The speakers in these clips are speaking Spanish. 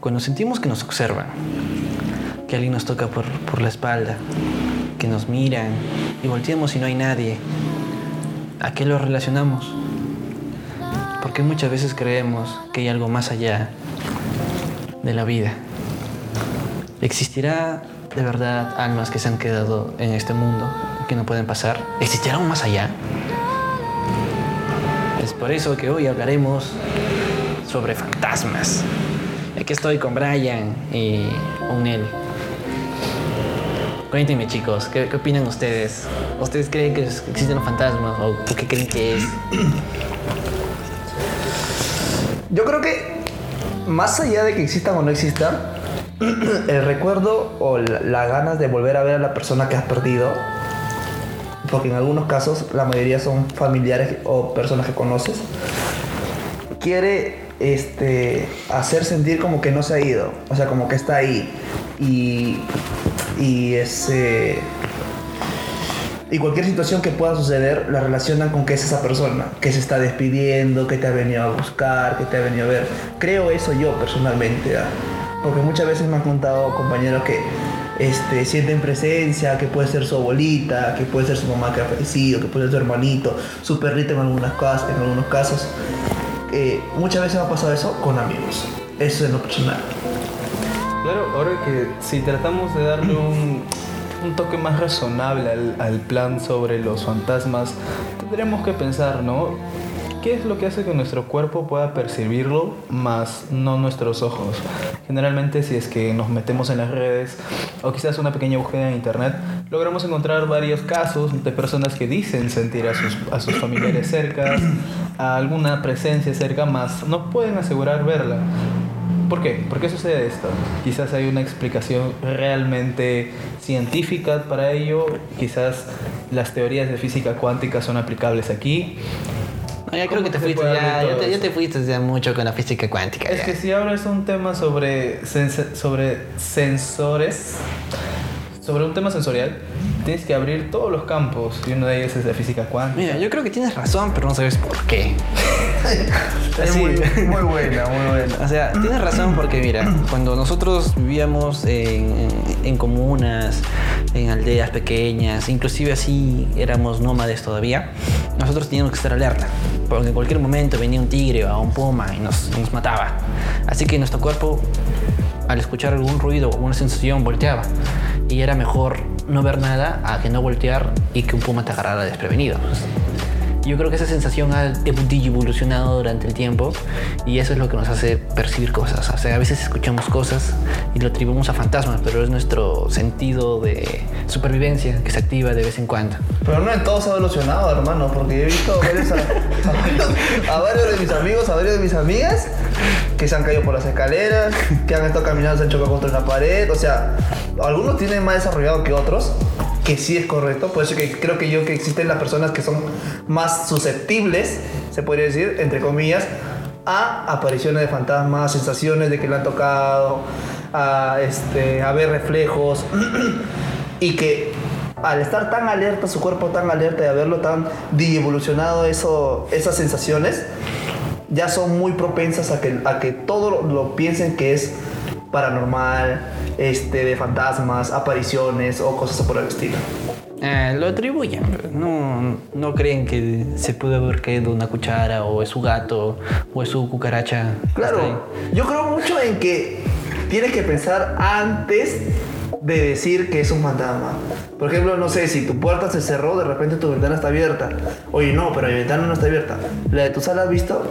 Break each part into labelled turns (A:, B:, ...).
A: Cuando sentimos que nos observan, que alguien nos toca por, por la espalda, que nos miran y volteamos y no hay nadie, ¿a qué lo relacionamos? Porque muchas veces creemos que hay algo más allá de la vida. ¿Existirá de verdad almas que se han quedado en este mundo, que no pueden pasar? ¿Existirá un más allá? Es por eso que hoy hablaremos sobre fantasmas. Aquí estoy con Brian y Unel. Cuéntenme chicos, ¿qué, qué opinan ustedes? ¿Ustedes creen que es- existen los fantasmas o qué creen que es?
B: Yo creo que más allá de que existan o no existan, el recuerdo o la- las ganas de volver a ver a la persona que has perdido, porque en algunos casos la mayoría son familiares o personas que conoces, quiere este, hacer sentir como que no se ha ido, o sea, como que está ahí. Y, y ese... Y cualquier situación que pueda suceder la relacionan con que es esa persona, que se está despidiendo, que te ha venido a buscar, que te ha venido a ver. Creo eso yo personalmente, ¿ah? porque muchas veces me han contado compañeros que este, sienten presencia, que puede ser su abuelita, que puede ser su mamá que ha fallecido, que puede ser su hermanito, su perrito en, algunas cas- en algunos casos. Eh, muchas veces me ha pasado eso con amigos. Eso es lo personal.
C: Claro, ahora que si tratamos de darle un, un toque más razonable al, al plan sobre los fantasmas, tendremos que pensar, ¿no? ¿Qué es lo que hace que nuestro cuerpo pueda percibirlo, más no nuestros ojos? Generalmente si es que nos metemos en las redes o quizás una pequeña búsqueda en internet, logramos encontrar varios casos de personas que dicen sentir a sus, a sus familiares cerca, a alguna presencia cerca, más no pueden asegurar verla. ¿Por qué? ¿Por qué sucede esto? Quizás hay una explicación realmente científica para ello, quizás las teorías de física cuántica son aplicables aquí.
A: No, ya creo
C: ¿Cómo
A: que te
C: se
A: fuiste,
C: puede
A: ya,
C: abrir
A: ya
C: todo
A: te, ya
C: eso?
A: te fuiste ya mucho con la física cuántica.
C: Es
A: ya.
C: que si hablas un tema sobre, sense- sobre sensores, sobre un tema sensorial, tienes que abrir todos los campos y uno de ellos es la física cuántica.
A: Mira, yo creo que tienes razón, pero no sabes por qué.
B: Es
A: Sí.
B: muy, muy buena, muy buena.
A: O sea, tienes razón porque mira, cuando nosotros vivíamos en, en comunas, en aldeas pequeñas, inclusive así éramos nómades todavía, nosotros teníamos que estar alerta, porque en cualquier momento venía un tigre o un puma y nos, y nos mataba. Así que nuestro cuerpo, al escuchar algún ruido o alguna sensación, volteaba. Y era mejor no ver nada a que no voltear y que un puma te agarrara desprevenido. Yo creo que esa sensación ha evolucionado durante el tiempo y eso es lo que nos hace percibir cosas. O sea, a veces escuchamos cosas y lo atribuimos a fantasmas, pero es nuestro sentido de supervivencia que se activa de vez en cuando.
B: Pero no en todos ha evolucionado, hermano, porque yo he visto a varios, a, a varios- a varios de mis amigos, a varios de mis amigas que se han caído por las escaleras, que han estado caminando, se han chocado contra una pared. O sea, algunos tienen más desarrollado que otros, que sí es correcto. Por eso que creo que yo que existen las personas que son más susceptibles, se podría decir, entre comillas, a apariciones de fantasmas, sensaciones de que le han tocado, a, este, a ver reflejos. y que al estar tan alerta, su cuerpo tan alerta y haberlo tan evolucionado eso, esas sensaciones, ya son muy propensas a que, a que todo lo, lo piensen que es paranormal, este, de fantasmas, apariciones o cosas por el estilo.
A: Ah, lo atribuyen, no, no creen que se pudo haber caído una cuchara o es su gato o es su cucaracha. Hasta ahí.
B: Claro, yo creo mucho en que tienes que pensar antes de decir que es un fantasma. Por ejemplo, no sé, si tu puerta se cerró, de repente tu ventana está abierta. Oye, no, pero mi ventana no está abierta. ¿La de tu sala has visto?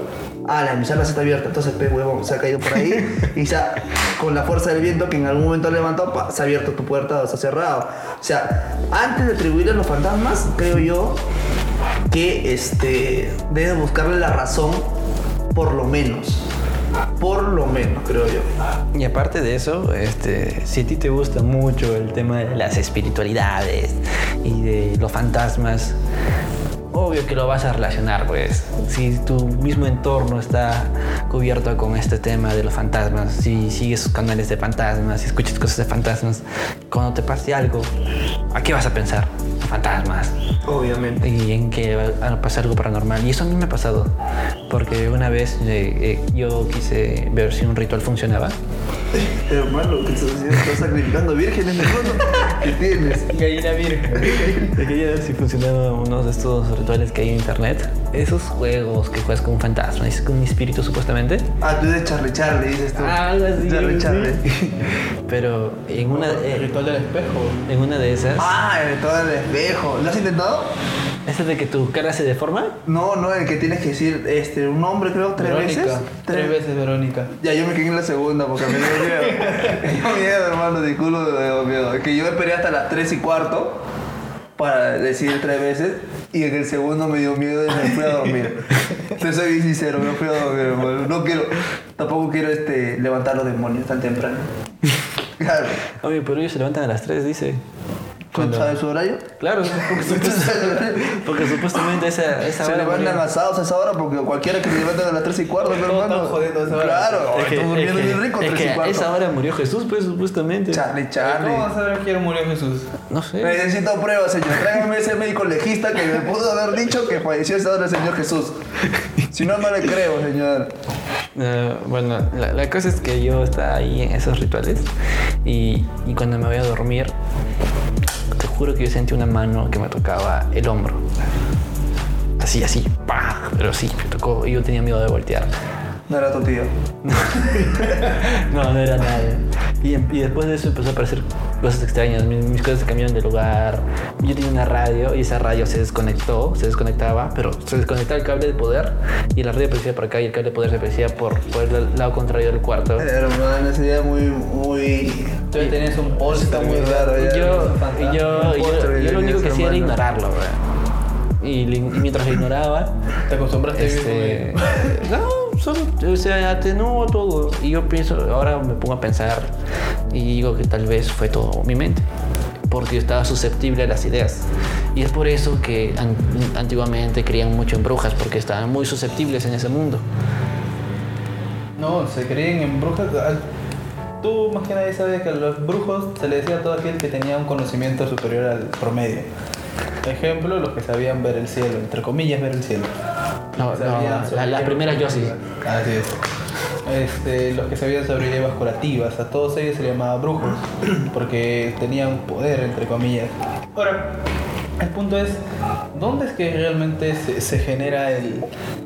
B: Ah, la de mi sala sí está abierta. Entonces, pe huevón, se ha caído por ahí y se ha- con la fuerza del viento que en algún momento levantó, pa, se ha abierto tu puerta o se ha cerrado. O sea, antes de atribuirle a los fantasmas, creo yo que este, debes buscarle la razón, por lo menos. Por lo menos, creo yo.
A: Y aparte de eso, este, si a ti te gusta mucho el tema de las espiritualidades y de los fantasmas, obvio que lo vas a relacionar, pues. Si tu mismo entorno está cubierto con este tema de los fantasmas, si sigues sus canales de fantasmas, si escuchas cosas de fantasmas, cuando te pase algo, ¿a qué vas a pensar? Fantasmas.
B: Obviamente.
A: Y en que va a pasar algo paranormal. Y eso a mí me ha pasado. Porque una vez eh, eh, yo quise ver si un ritual funcionaba.
B: Hermano, que estás haciendo? Estás sacrificando vírgenes, hermano. ¿Qué tienes?
C: Gallina virgen.
A: Yo quería ver si funcionaba uno de estos rituales que hay en internet. Esos juegos que juegas con un fantasma, es con un espíritu supuestamente.
B: Ah, tú eres Charlie Charlie, dices tú.
A: Ah, Algo así,
B: Charlie
A: sí.
B: Charlie. ¿eh?
A: Pero en una,
C: El
A: eh,
C: ritual del espejo.
A: en una de esas,
B: Ah, el todo el espejo. ¿Lo has intentado?
A: ese de que tu cara se deforma,
B: No, no, el que tienes que decir este, un nombre, creo, tres
C: Verónica.
B: veces.
C: Tres veces Verónica.
B: Ya, yo me quedé en la segunda porque me dio miedo. me dio miedo, hermano, de culo me dio miedo. Es Que yo esperé hasta las tres y cuarto para decir tres veces y en el segundo me dio miedo y me fui a dormir. Te soy bien sincero, me fui a dormir, hermano. No quiero, tampoco quiero este, levantar los demonios tan temprano. Claro.
A: Oye, pero ellos se levantan a las 3, dice.
B: ¿Tú sabes su horario?
A: Claro, porque, supuest- porque supuestamente esa, esa
B: Se
A: hora
B: levantan
A: murió.
B: asados a esa hora porque cualquiera que se levantan a las 3 y cuarto, mi
C: Todos
B: hermano.
C: están jodiendo a esa hora.
B: Claro,
A: Es que-
B: estoy
A: es
B: durmiendo
A: que-
B: bien rico
A: es
B: 3
A: que
B: y
A: a esa
B: cuarto.
A: hora murió Jesús, pues supuestamente.
B: Charlie,
C: ¿Cómo
B: Charlie.
C: vas a saber quién murió Jesús?
A: No sé.
B: Necesito pruebas, señor. Tráigame ese médico legista que me pudo haber dicho que falleció a esa hora el señor Jesús. Si no, no le creo, señor.
A: Eh, bueno, la, la cosa es que yo estaba ahí en esos rituales y, y cuando me voy a dormir, te juro que yo sentí una mano que me tocaba el hombro. Así, así, pa, pero sí, me tocó y yo tenía miedo de voltear.
B: No era tu tío.
A: No, no era nada. Y, y después de eso empezó a aparecer cosas extrañas. Mis, mis cosas se cambiaron de lugar. Yo tenía una radio y esa radio se desconectó, se desconectaba, pero se desconectaba el cable de poder y la radio aparecía por acá y el cable de poder se aparecía por, por el lado contrario del cuarto.
B: Hermano, ese día muy, muy.
C: Tú ya tenías un polvo.
B: Está muy raro ya.
A: yo, yo, yo,
B: Un postre
A: yo
B: de
A: lo único que
B: Dios,
A: hacía era
B: hermano.
A: ignorarlo, bro. Y, li- mientras lo ignoraba,
C: Te acostumbraste a
A: este,
C: vivir
A: no, solo o sea, atenuó todo. Y yo pienso, ahora me pongo a pensar y digo que tal vez fue todo mi mente, porque yo estaba susceptible a las ideas. Y es por eso que an- antiguamente creían mucho en brujas, porque estaban muy susceptibles en ese mundo.
C: con él. No, se creen en brujas. Al- Tú más que nadie sabes que a los brujos se les decía a todo aquel que tenía un conocimiento superior al promedio. Ejemplo, los que sabían ver el cielo, entre comillas ver el cielo.
A: No, no,
C: Sabían
A: la-
C: sobre
A: las
C: hierbas
A: primeras yo sí.
C: curativas. Así es. Este, los que sabían sobre hierbas curativas, a todos ellos se les llamaba brujos, porque tenían poder, entre comillas. Ahora, el punto es, ¿dónde es que realmente se, se genera el-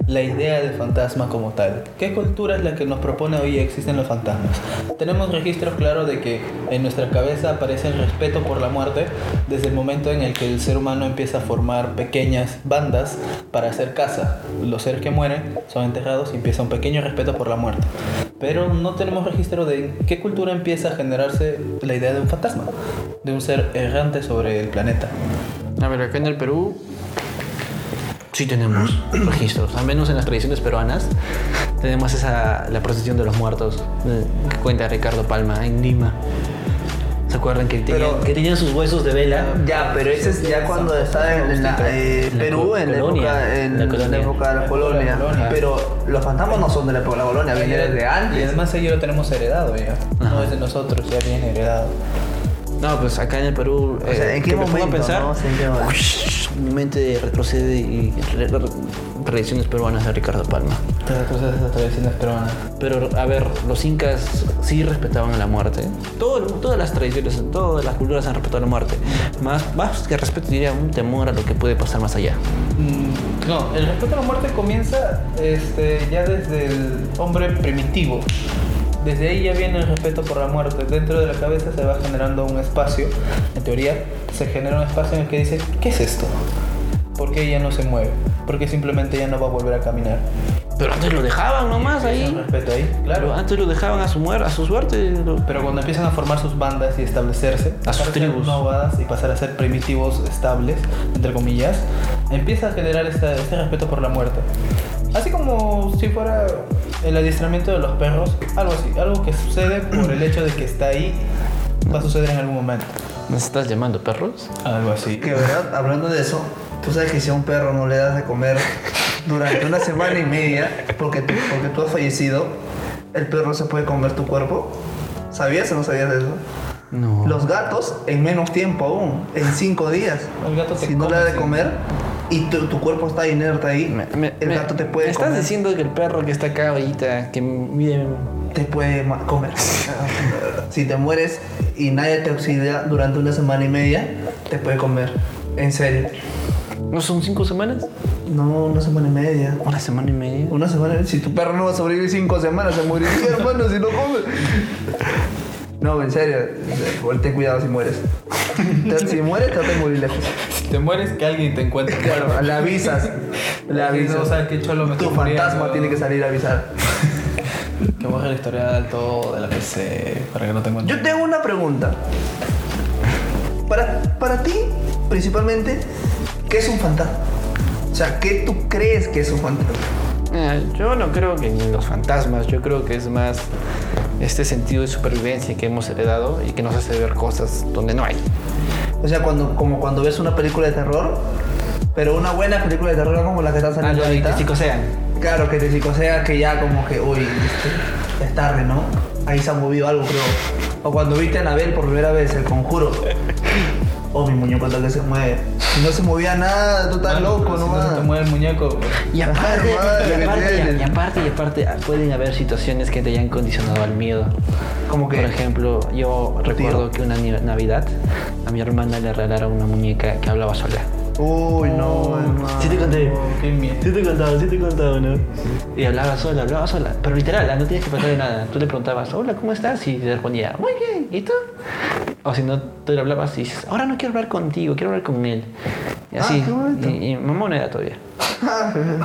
C: la idea de fantasma como tal? ¿Qué cultura es la que nos propone hoy existen los fantasmas? Tenemos registros claros de que en nuestra cabeza aparece el respeto por la muerte desde el momento en el que el ser humano empieza a formar pequeñas bandas para hacer casa. Los seres que mueren son enterrados y empieza un pequeño respeto por la muerte. Pero no tenemos registro de en qué cultura empieza a generarse la idea de un fantasma, de un ser errante sobre el planeta.
A: A ver, acá en el Perú sí tenemos registros, al menos en las tradiciones peruanas tenemos esa la procesión de los muertos eh, que cuenta Ricardo Palma en Lima. ¿Se acuerdan que tenían,
B: Pero-
A: que tenían sus huesos de vela?
B: Ya, pero ese es ya cuando estaba en, en la, eh,
A: En la
B: Perú,
A: co-
B: en la
A: colonia,
B: época, en
A: en la colonia.
B: la época de la
C: La época de la
B: colonia.
C: colonia.
B: Pero los fantasmas no son de la época de la colonia, vienen de
C: Y
B: antes.
C: además ello lo tenemos heredado ya. No es de nosotros, ya viene heredado.
A: No, pues acá en el Perú
B: O sea,
A: eh,
B: ¿en qué
A: que me pongo
B: momento?
A: a pensar
B: no? O sea, ¿en qué momento?
A: mi mente retrocede y re- re- tradiciones peruanas de Ricardo Palma.
C: Todas las cosas esas tradiciones peruanas.
A: Pero, a ver, los incas sí respetaban la muerte. Todo- todas las tradiciones, todas las culturas han respetado la muerte. Más, más que respeto, diría un temor a lo que puede pasar más allá.
C: Mm, No, el respeto a la muerte comienza este, ya desde el hombre primitivo. Desde ahí ya viene el respeto por la muerte. Dentro de la cabeza se va generando un espacio. En teoría, se genera un espacio en el que dice, ¿qué es esto? ¿Por qué ella no se mueve? ¿Por qué simplemente ella no va a volver a caminar?
A: Pero antes lo dejaban nomás
C: Hay un
A: ahí.
C: respeto ahí,
A: Pero
C: claro.
A: antes lo dejaban a su, muer- a su suerte. lo-
C: Pero cuando empiezan a formar sus bandas y establecerse,
A: A sus
C: pasar
A: tribus.
C: ser nómadas y pasar a ser primitivos estables, entre comillas, empieza a generar esta- este respeto por la muerte. Así como si fuera el adiestramiento de los perros, algo así, algo que sucede por el hecho de que está ahí, va a suceder en algún momento.
A: ¿Nos estás llamando perros?
C: Algo así.
B: Que verdad, hablando de eso, Tú sabes que si a un perro no le das de comer durante una semana y media, porque tú, porque tú has fallecido, el perro se puede comer tu cuerpo. ¿Sabías o no sabías de eso?
A: No.
B: Los gatos en menos tiempo aún, en cinco días.
C: El gato te
B: si no le
C: come,
B: das de
C: sí.
B: comer y tu, tu cuerpo está inerte ahí,
A: Me- me-
B: el
A: me-
B: gato te puede
A: ¿me estás
B: comer.
A: diciendo que el perro que está acá ahorita, que mide...
B: Te puede ma- comer. si te mueres y nadie te auxilia durante una semana y media, te puede comer. En serio.
A: ¿No son cinco semanas?
B: No, una semana y media.
A: ¿Una semana y media?
B: Una semana, si tu perro no va a sobrevivir cinco semanas, se moriría, hermano, si no come. No, en serio, eh, ten cuidado si mueres. Te- Si mueres, trata de morir lejos.
C: Si te mueres, que alguien te encuentre.
B: Claro, le avisas. Le
C: Así
B: avisas.
C: no sabes qué cholo me
B: tu
C: estoy muriendo.
B: fantasma tiene que salir a avisar.
C: Que baje el historial todo de la PC para que no te encuentre.
B: Yo tengo una pregunta. Para, para ti, principalmente, ¿qué es un fantasma? O sea, ¿qué tú crees que es un fantasma?
A: Eh, yo no creo que ni los fantasmas, yo creo que es más este sentido de supervivencia que hemos heredado y que nos hace ver cosas donde no hay.
B: O sea, cuando, como cuando ves una película de terror, pero una buena película de terror no como la que está
A: Ah,
B: saliendo
A: lo de
B: ahorita.
A: que psicosean.
B: Claro, que te psicosea que ya como que, uy, este, ya es tarde, ¿no? Ahí se ha movido algo, creo. O cuando viste a Anabel por primera vez, el conjuro. Oh, mi muñeco tal que se mueve. Si no se movía nada, tú estás
C: Mano,
B: loco,
C: pero si
B: no
C: no se te mueve el muñeco. pues.
A: Y aparte,
B: Ah, madre,
A: y,
B: ¿me
A: aparte
B: entiendes?
A: y aparte, y aparte, ah, pueden haber situaciones que te hayan condicionado al miedo.
B: Como que-
A: Por ejemplo, yo recuerdo que una ni- Navidad a mi hermana le regalaron una muñeca que hablaba sola.
B: Uy, no, hermano.
A: Sí te conté.
C: Oh, qué miedo.
A: Sí te contaba, sí te contaba, ¿no? Y hablaba sola, hablaba sola. Pero literal, no tienes que preguntarle nada. Tú le preguntabas, hola, ¿cómo estás? Y te respondía, muy bien, ¿y tú? O si no, tú le hablabas y dices, ahora no quiero hablar contigo, quiero hablar con él. Y
B: Ah,
A: así.
B: qué bonito.
A: y, y mamá no era todavía.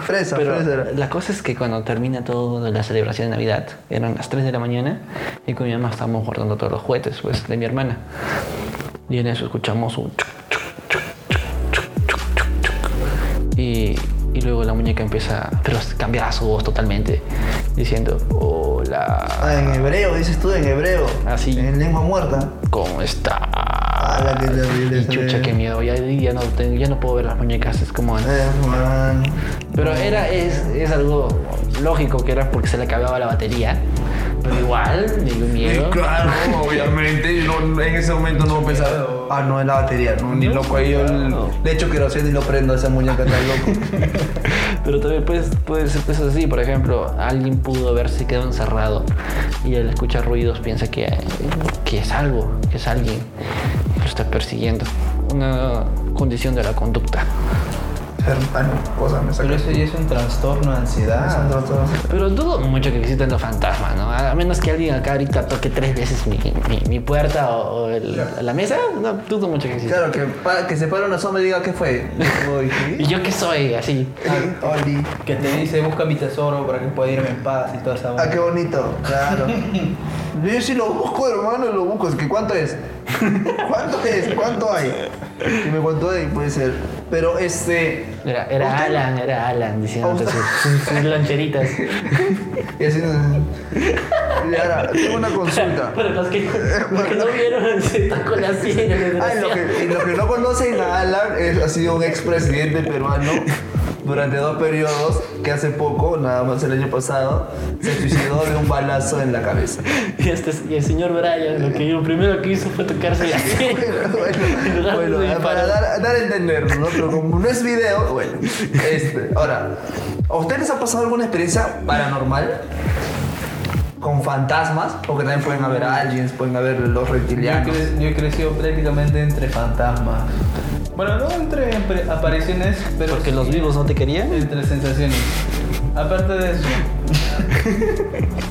B: fresa,
A: Pero
B: fresa.
A: la cosa es que cuando termina toda la celebración de Navidad, eran las 3 de la mañana, y con mi mamá estábamos guardando todos los juguetes, pues, de mi hermana. Y en eso escuchamos un chuc, chuc, chuc, chuc, chuc, chuc, chuc, chuc. Y, y luego la muñeca empieza, pero cambiaba su voz totalmente, diciendo, hola,
B: Ah, en hebreo, dices tú, en hebreo.
A: Ah, sí.
B: En lengua muerta.
A: ¿cómo estás?
B: la que terrible,
A: Y chucha,
B: terrible.
A: qué miedo, ya, ya, no, tengo- ya no puedo ver las muñecas, es como antes.
B: Eh, Hermano.
A: Pero era, es, es algo lógico que era porque se le acababa la batería. Pero igual, me dio miedo.
B: Claro, obviamente. Yo no- en ese momento no pensaba. Ah, no, es la batería, no, ni loco. Ahí yo le echo queroseno y lo prendo a esa muñeca tan loco.
A: Pero también puedes, puede ser cosas así. Por ejemplo, alguien pudo haberse quedado encerrado y al escuchar ruidos piensa que, que es algo, que es alguien que lo está persiguiendo. Una condición de la conducta.
B: Hermano, cosa me
C: Pero
B: sacó.
C: eso ya es un trastorno de
B: Ah.
C: ansiedad.
A: Pero dudo mucho que existan los fantasmas, ¿no? A menos que alguien acá ahorita toque tres veces mi, mi- mi puerta o, o el- la mesa. No, dudo mucho que existan.
B: Claro, que, pa- que se para una sombra y diga, ¿qué fue? Uy, ¿qué?
A: ¿Y yo qué soy? Así.
B: Ay, Oli.
C: Que te dice, busca mi tesoro para que pueda irme en paz y toda esa
B: Ah, qué
C: onda.
B: bonito, claro. Yo sí lo busco, hermano, lo busco. Es que ¿cuánto es? ¿Cuánto es? ¿Cuánto hay? Dime cuánto hay, puede ser. Pero este.
A: Era, era
B: ¿Usted?
A: Alan, era Alan diciéndote
B: ¿Usted?
A: sus, sus, sus loncheritas.
B: Y así. Y ahora, tengo una consulta.
A: Para los que, los que no vieron, se tocó la silla.
B: Ay, Ah, lo que, y lo que no conocen a Alan es- ha sido un expresidente peruano durante dos periodos que hace poco, nada más el año pasado, se suicidó de un balazo en la cabeza.
A: y, este, y el señor Brian, lo que lo primero que hizo fue tocarse la silla. En lugar
B: Bueno,
A: de
B: bueno,
A: disparar.
B: para dar, dar a entender, ¿no? Pero como no es video, bueno. Este, ahora, ¿a ustedes les ha pasado alguna experiencia paranormal? Con fantasmas, porque también pueden haber aliens, pueden haber los
C: Yo he,
B: reptilianos.
C: cre- yo he crecido prácticamente entre fantasmas. Bueno, no entre empre- apariciones, pero
A: Porque los
C: sí
A: vivos no te querían.
C: entre sensaciones. Aparte de eso,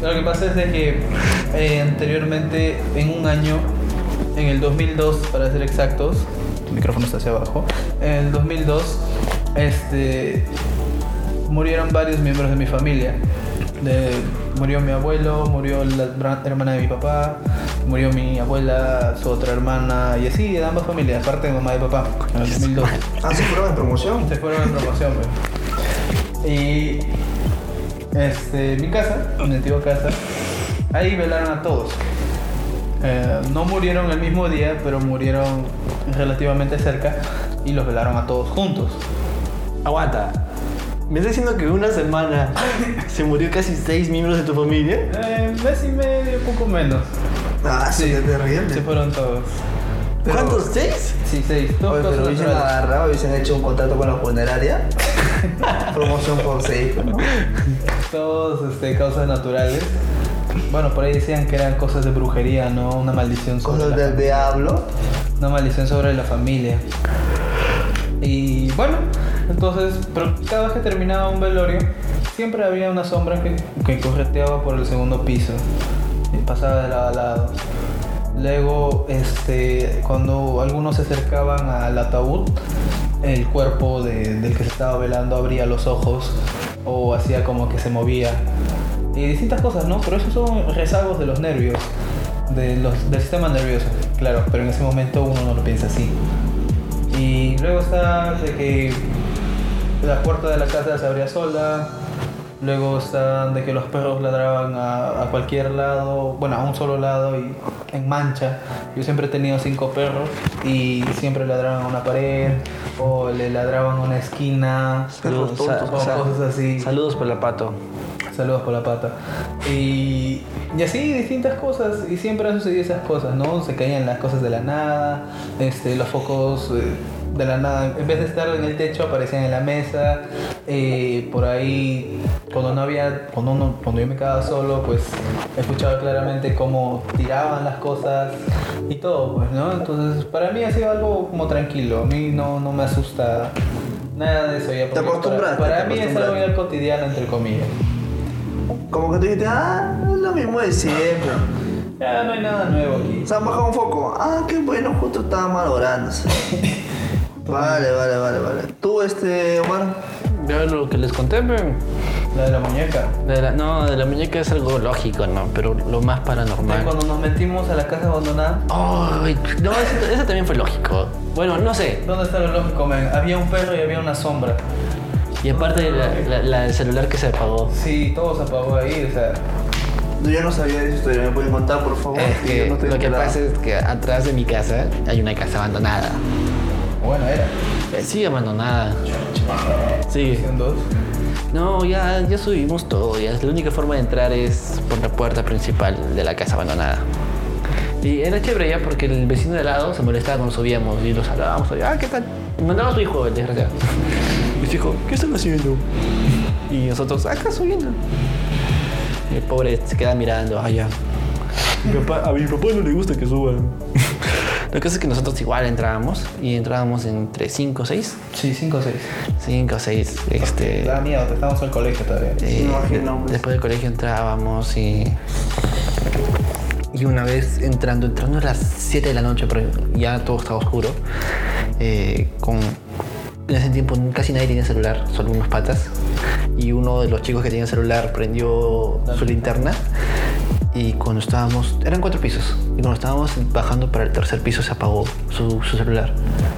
C: lo que pasa es de que eh, anteriormente, en un año, en el 2002, para ser exactos, el micrófono está hacia abajo, en el 2002, este, murieron varios miembros de mi familia. De- murió mi abuelo, murió la bra- hermana de mi papá, murió mi abuela, su otra hermana, y así de ambas familias, aparte de mamá y papá, en el 2002.
B: Ah, sí, fueron en promoción.
C: Se fueron en promoción, güey. Y. Este, mi casa, mi antigua casa, ahí velaron a todos. eh, no murieron el mismo día, pero murieron relativamente cerca y los velaron a todos juntos.
A: Aguanta. ¿Me estás diciendo que en una semana se murió casi seis miembros de tu familia?
C: Eh, mes y medio, poco menos.
B: Ah, sí, qué terrible.
C: Se fueron todos.
B: Pero-
A: ¿Cuántos? ¿Seis?
C: Sí, seis. Todos
B: Oye, pero
C: casos
B: hubiesen
C: naturales.
B: agarrado, hubiesen hecho un contrato con la funeraria. Promoción por seis. ¿no?
C: Todos este, causas naturales. Bueno, por ahí decían que eran cosas de brujería, no una maldición sobre
B: Cosas
C: la
B: del diablo.
C: una maldición sobre la familia. Y bueno, entonces, pero cada vez que terminaba un velorio, siempre había una sombra que, que correteaba por el segundo piso y pasaba de lado a lado. Luego, este, cuando algunos se acercaban al ataúd, el cuerpo de- del que se estaba velando abría los ojos o hacía como que se movía. Y distintas cosas, ¿no? Pero esos son rezagos de los nervios, de los, del sistema nervioso, claro, pero en ese momento uno no lo piensa así. Y luego está de que la puerta de la casa se abría sola, luego está de que los perros ladraban a, a cualquier lado, bueno, a un solo lado y en mancha. Yo siempre he tenido cinco perros y siempre ladraban a una pared o le ladraban a una esquina
B: Perros
C: o,
B: tontos,
C: o cosas así.
A: Saludos por la pato.
C: Saludos por la pata. Y, y así distintas cosas, y siempre han sucedido esas cosas, ¿no? Se caían las cosas de la nada, este, los focos eh, de la nada, en vez de estar en el techo, aparecían en la mesa, eh, por ahí, cuando no había, cuando, uno- cuando yo me quedaba solo, pues escuchaba claramente cómo tiraban las cosas y todo, pues, ¿no? Entonces, para mí ha sido algo como tranquilo, a mí no, no me asusta. Nada de eso ya. porque para-
B: acostumbraste,
C: Para,
B: te
C: mí es algo
B: acostumbraste.
C: ya cotidiano, entre comillas.
B: Como que tú dijiste, ah, es lo mismo de siempre.
C: Ya no hay nada nuevo aquí.
B: Se han bajado un foco. Ah, qué bueno, justo estaba mal orándose. Vale, vale, vale, vale. Tú, este, Omar.
A: Yo lo que les conté, pero...
C: La de la muñeca.
A: De la- no, de la muñeca es algo lógico, ¿no? Pero lo más
C: De
A: paranormal.
C: Cuando nos metimos a la casa abandonada,
A: Ay, no, eso, eso también fue lógico. Bueno, no sé.
C: ¿dónde está lo lógico, men? Había un perro y había una sombra.
A: Y aparte, la, la- la- el celular que se apagó.
C: Sí, todo se apagó ahí, o sea.
B: No, yo no sabía de esa historia. ¿Me pueden contar, por favor?
A: Es
B: Oh, Yo
A: que
B: no estoy
A: lo que
B: enterado.
A: pasa es que atrás de mi casa hay una casa abandonada.
C: Bueno, era.
A: Eh, Sí, abandonada. Sí.
C: Hicieron dos.
A: No, ya, ya subimos todo. Ya. La única forma de entrar es por la puerta principal de la casa abandonada. Y era chévere ya porque el vecino de al lado se molestaba cuando subíamos y los hablábamos. Ah, ¿qué tal? Y Mandaba a su hijo, el desgraciado. Y su hijo, ¿qué están haciendo? Y nosotros, acá subiendo. El pobre se queda mirando, ah, ya. Mi papá- a mi papá no le gusta que suban. La cosa es que nosotros igual entrábamos y entrábamos entre 5 o 6.
C: Sí, cinco o seis.
A: 5 o 6. Este,
C: Da miedo, te estábamos al colegio todavía.
A: eh,
B: Me imagino,
A: de-
B: pues.
A: después del colegio entrábamos y. Y una vez entrando, entrando a las 7 de la noche, pero ya todo estaba oscuro. eh, con, en ese tiempo casi nadie tenía celular, solo unas patas. Y uno de los chicos que tenía celular prendió su linterna. Y cuando estábamos, eran cuatro pisos. Y cuando estábamos bajando para el tercer piso, se apagó su, su celular.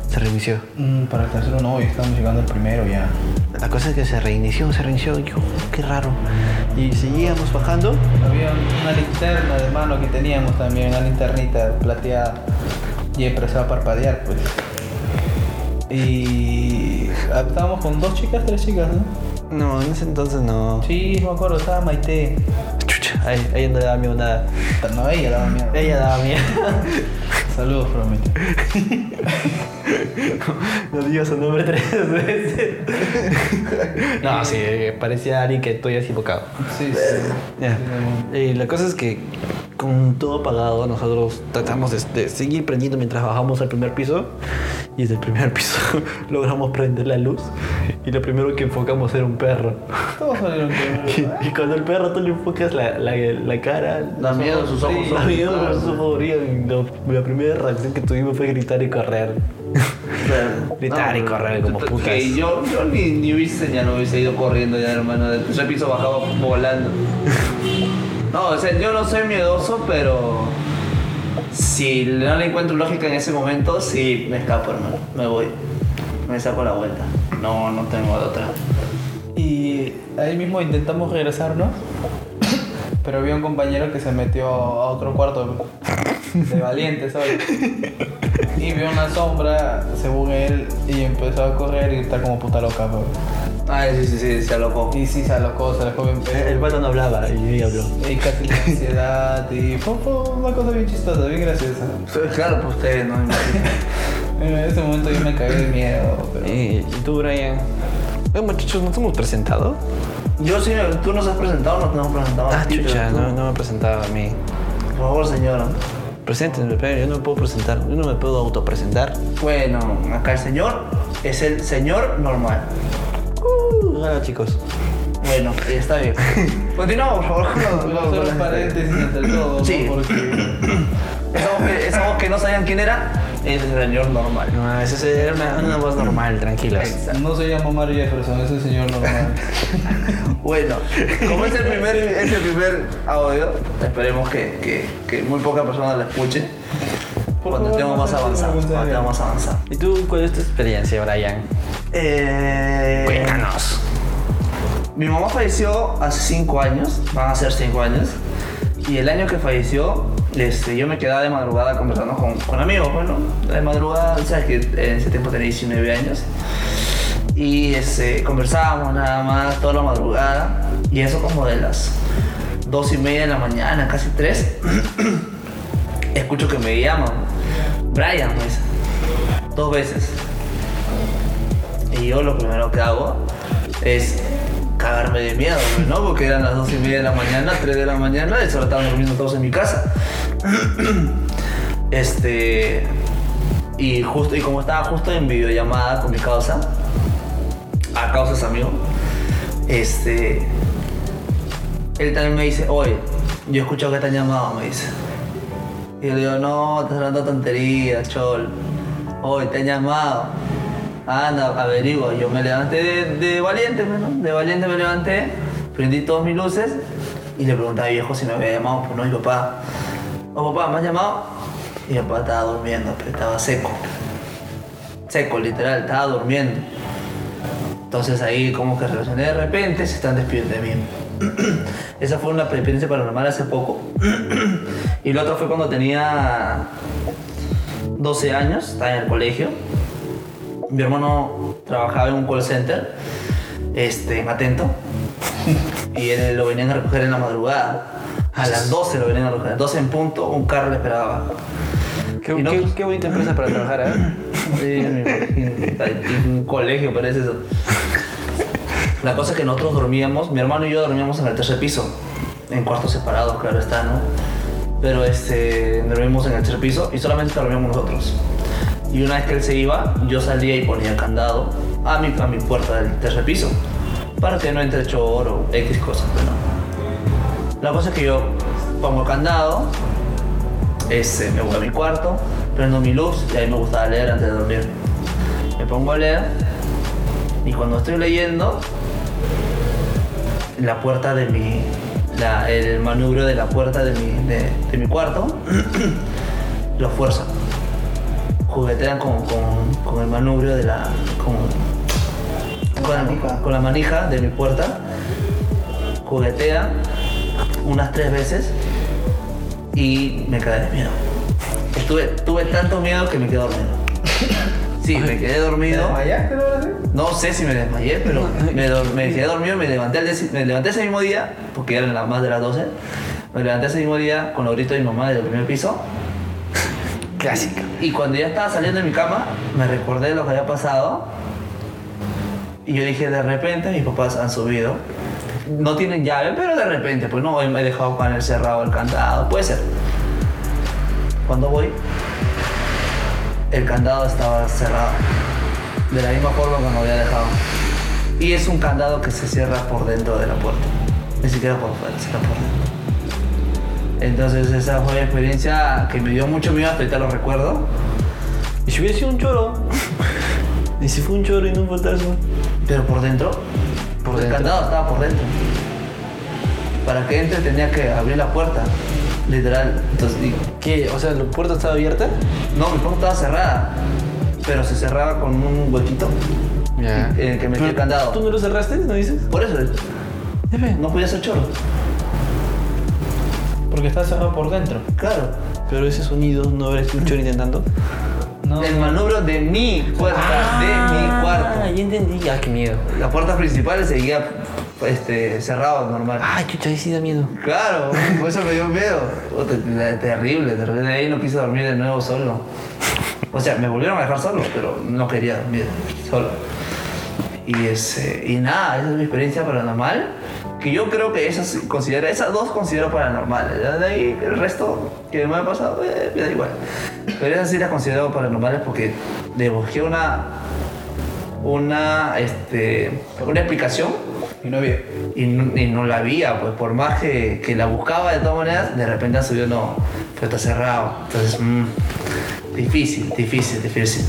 A: Se reinició.
C: Mm, para el tercero no, y estamos llegando al primero ya.
A: La cosa es que se reinició, se reinició. Yo, qué raro. Y seguíamos bajando.
C: Había una linterna de mano que teníamos también, una linternita plateada. Y empezó a parpadear, pues. Y estábamos con dos chicas, tres chicas, ¿no?
A: No, en ese entonces no.
C: Sí, me acuerdo, estaba Maite.
A: Chucha, ahí, ahí no le daba miedo nada.
C: No, ella daba miedo.
A: Ella daba miedo.
C: Saludos, Promete.
A: no digas su nombre tres veces. no, sí, parecía alguien que estoy así bocado.
C: Sí, sí.
A: Ya. Eh, la cosa es que con todo apagado nosotros tratamos de, de seguir prendiendo mientras bajamos al primer piso y desde el primer piso logramos prender la luz y lo primero que enfocamos era un perro.
C: Todos salieron que...
A: Y, y cuando el perro tú le enfocas la, la, la cara,
B: Da
A: los
B: miedo, sus ojos
A: sí,
B: son-
A: da miedo, sus ojos brillan. Lo- La primera reacción que tuvimos fue gritar y correr.
B: Claro.
A: Gritar y correr como
B: que
A: putas.
B: yo, yo ni, ni hubiese, ya no hubiese ido corriendo, ya hermano. Del tercer piso bajaba volando. No, o sea, yo no soy miedoso, pero. Si no le encuentro lógica en ese momento, sí me escapo, hermano. Me voy. Me saco la vuelta. No, no tengo de otra.
C: Y ahí mismo intentamos regresarnos. Pero había un compañero que se metió a otro cuarto de valiente, ¿sabes? Y vio una sombra, según él, y empezó a correr y está como puta loca, bro.
B: Ah, sí, sí, sí, se alocó.
C: Y sí se alocó, se alocó bien
B: El, el
C: pedo.
B: pato no hablaba y ella habló.
C: Y casi la ansiedad y fue, fue una cosa bien chistosa, bien graciosa.
B: Claro, pues ustedes no me imagino.
C: En ese momento yo me cagué de miedo, pero...
A: Eh, ¿Y tú, Brian? Eh, muchachos, ¿nos hemos presentado?
B: Yo sí, me- tú nos has presentado, nos hemos presentado.
A: Ah,
B: Peter,
A: chucha,
B: tú.
A: no, no me he presentado a mí.
B: Por favor, señora.
A: Preséntenme, pero yo no me puedo presentar, yo no me puedo autopresentar.
B: Bueno, acá el señor es el señor normal.
A: Uh, hola, chicos.
B: Bueno, está bien. Continuamos, por favor. con
C: Voy a
B: los- con
C: hacer
B: los-
C: un paréntesis entre todo, ¿no?
B: Sí.
C: Porque...
B: Esa voz que- esa voz que no sabían quién era, es el señor normal.
A: No, esa era una, una voz normal, tranquilas.
C: No se llama Mario Jefferson, es el señor normal.
B: Bueno, como es el primer, es el primer audio, esperemos que, que- que muy poca persona lo escuche.
C: Por
B: Cuando
C: favor,
B: estemos
C: no
B: más
C: se
B: avanzados.
C: pregunte.
B: Cuando estemos más avanzados.
A: ¿Y tú cuál es tu experiencia, Brian?
B: Eh,
A: Cuéntanos.
B: Mi mamá falleció hace 5 años, van a ser 5 años. Y el año que falleció, este, yo me quedaba de madrugada conversando con, con amigos, bueno, de madrugada, sabes que en ese tiempo tenía 19 años. Y este, conversábamos nada más toda la madrugada, y eso como de las 2 y media de la mañana, casi 3. Escucho que me llaman, Brian, me dice, dos veces. Y yo lo primero que hago es cagarme de miedo, pues, ¿no? Porque eran las 12 y media de la mañana, 3 de la mañana, y solo estaban durmiendo todos en mi casa. Este. Y, justo, y como estaba justo en videollamada con mi causa, a causas amigo, este. Él también me dice, oye, yo he escuchado que te han llamado, me dice. Y yo le digo, no, estás hablando tontería, chol. Hoy te han llamado. Anda, averigua. Yo me levanté de, de valiente, pues, ¿no? De valiente me levanté, prendí todas mis luces y le pregunté al viejo si me había llamado. Pues no, y papá. Oh, papá, ¿me has llamado? Y mi papá estaba durmiendo, pero estaba seco. Seco, literal, estaba durmiendo. Entonces ahí como que relacioné de repente, se están despidiendo de mí. Esa fue una experiencia paranormal hace poco. y la otra fue cuando tenía 12 años, estaba en el colegio. Mi hermano trabajaba en un call center, este, en Atento. y él lo venían a recoger en la madrugada. A las 12 lo venían a recoger. 12 en punto, un carro le esperaba abajo.
A: Qué,
B: Y no-
A: qué- qué bonita empresa para trabajar, ¿eh?
B: Sí, me imagino. Un colegio parece eso. La cosa es que nosotros dormíamos, mi hermano y yo dormíamos en el tercer piso, en cuartos separados, claro está, ¿no? Pero este, dormimos en el tercer piso y solamente dormíamos nosotros. Y una vez que él se iba, yo salía y ponía candado a mi, a mi puerta del tercer piso, para que no entre choro o X cosas, ¿no? La cosa es que yo pongo el candado, este, me voy a mi cuarto, prendo mi luz y a mí me gustaba leer antes de dormir. Me pongo a leer y cuando estoy leyendo, la puerta de mi. la- el manubrio de la puerta de mi, de, de mi cuarto lo fuerza. Juguetean con, con- con el manubrio de la. con, con, con la manija de mi puerta. Juguetea unas tres veces y me quedé de miedo. Estuve, tuve tanto miedo que me quedé dormido. Sí, me quedé dormido.
C: ¿Desmayaste, no?
B: No sé si me desmayé, pero me, dor- me quedé dormido, me levanté, al día- me levanté ese mismo día, porque eran las más de las 12. Me levanté ese mismo día con los gritos de mi mamá del primer piso.
A: Clásica.
B: Y cuando ya estaba saliendo de mi cama, me recordé lo que había pasado. Y yo dije, de repente mis papás han subido. No tienen llave, pero de repente, pues no, me he dejado con el cerrado, el candado, puede ser. Cuando voy, el candado estaba cerrado. De la misma forma como lo había dejado. Y es un candado que se cierra por dentro de la puerta. Ni siquiera por fuera, se cierra por dentro. Entonces esa fue una experiencia que me dio mucho miedo, hasta ahorita lo recuerdo.
A: ¿Y si hubiera sido un choro? ¿Y si fue un choro y no un fantasma?
B: Pero por dentro,
A: Por
B: el
A: dentro.
B: candado estaba por dentro. Para que entre tenía que abrir la puerta, literal. Entonces, y-
A: ¿Qué? O sea, ¿la puerta estaba abierta?
B: no, mi puerta estaba cerrada, pero se cerraba con un huequito
A: Ya.
B: en el que metí el
A: Ah,
B: candado.
A: ¿Tú no lo cerraste? ¿No dices?
B: Por eso,
A: Debe.
B: no podía ser choro.
D: Porque está cerrado por dentro.
B: Claro.
A: Pero ese sonido no habrá escuchado intentando.
D: No.
B: El manubrio de mi puerta, de mi
A: Ah,
B: cuarto.
A: ya entendí. Ah, qué miedo.
B: La puerta principal seguía este, cerrada, normal.
A: Ah, chucha, ahí sí da miedo.
B: Claro, por eso me dio miedo. Puta, la- Terrible, de repente ahí no quise dormir de nuevo solo. O sea, me volvieron a dejar solo, pero no quería dormir solo. Y, ese, y nada, esa es mi experiencia paranormal. Que yo creo que esas, considero, esas dos considero paranormales. Ya De ahí el resto que me ha pasado, eh, me da igual. Pero esas sí las considero paranormales porque le busqué una, una, este, una explicación
C: Y no había.
B: y, no- y no la había, pues por más que, que la buscaba de todas maneras, de repente subió no, pero está cerrado. Entonces, mm, difícil, difícil, difícil.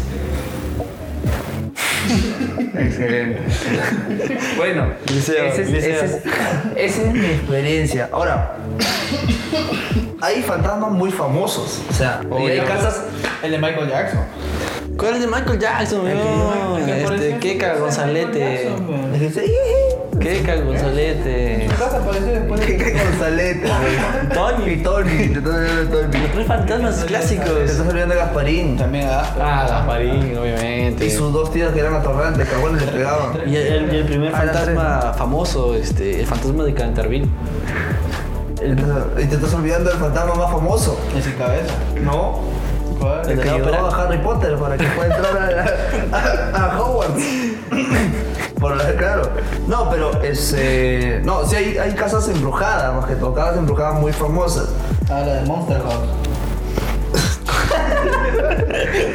B: Excelente. bueno,
D: Liceo,
B: esa es-
D: liceo.
B: esa es- esa es mi experiencia. Ahora, hay fantasmas muy famosos, o sea, y hay
C: Obvio.
B: casas
C: El de Michael Jackson.
A: ¿Cuál es de Michael Jackson, weón? Este, Keka Gonzalete.
B: que
A: Keka Gonzalete.
C: Casa apareció después de
B: ¿Qué Gonzalete, güey?
A: Tony.
B: Y Tony, te estás olvidando de Tony.
A: Los fantasmas
B: Te
A: clásicos.
B: estás olvidando de Gasparín.
C: También a
A: Ah, Gasparín, obviamente.
B: Y sus dos tíos que eran atorrantes, cagones le pegaban.
A: Y el, el- el primer
B: Ah, la
A: fantasma famoso, este, el fantasma de Canterville.
B: Entonces, Y te estás olvidando del fantasma más famoso.
C: y sin cabeza.
B: No.
C: ¿Cuál?
B: El
A: de
B: que
A: la
B: ayudó
A: ópera.
B: a Harry Potter para que pueda entrar a, a- a Hogwarts. Por la- claro. No, pero es. eh, no, sí hay, hay casas embrujadas, más que todo, casas embrujadas muy famosas.
C: Ah, la de Monster House.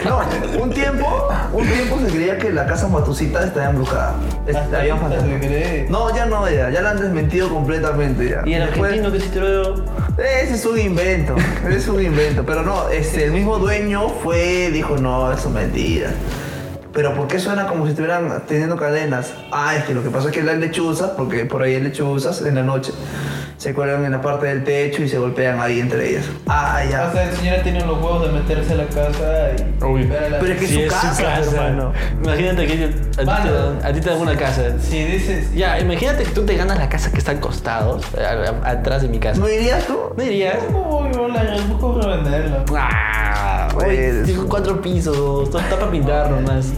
B: No, un tiempo, un tiempo se creía que la casa Matucita estaba embrujada. Es-
C: Hasta
B: había un
C: ahorita
B: fantasma.
C: se cree.
B: No, ya no, ya, ya la han desmentido completamente. Ya.
A: Y el
B: Después-
A: argentino que se tiró.
B: Ese es un invento, es un invento. Pero no, este, el mismo dueño fue, dijo, no, eso es mentira. Pero ¿por qué suena como si estuvieran teniendo cadenas? Ah, es que lo que pasa es que las lechuzas, porque por ahí hay lechuzas en la noche, se cuelgan en la parte del techo y se golpean ahí entre ellas. Ah,
C: O
B: ya.
C: sea, el señor tiene los huevos de meterse a la casa y.
D: Uy.
C: ver a la-
B: Pero es que
D: Sí,
B: es su casa, hermano.
A: Imagínate que a ti te-
C: Mano.
A: a ti te dan una casa.
C: Si dices.
A: Ya, imagínate que tú te ganas la casa que está al costado, eh, a- a- atrás de mi casa.
B: ¿No irías tú?
A: ¿No dirías?
C: ¿Cómo voy a busco revenderla?
A: Ah,
B: Pues-
A: Tiene cuatro pisos, todo está para pintar nomás.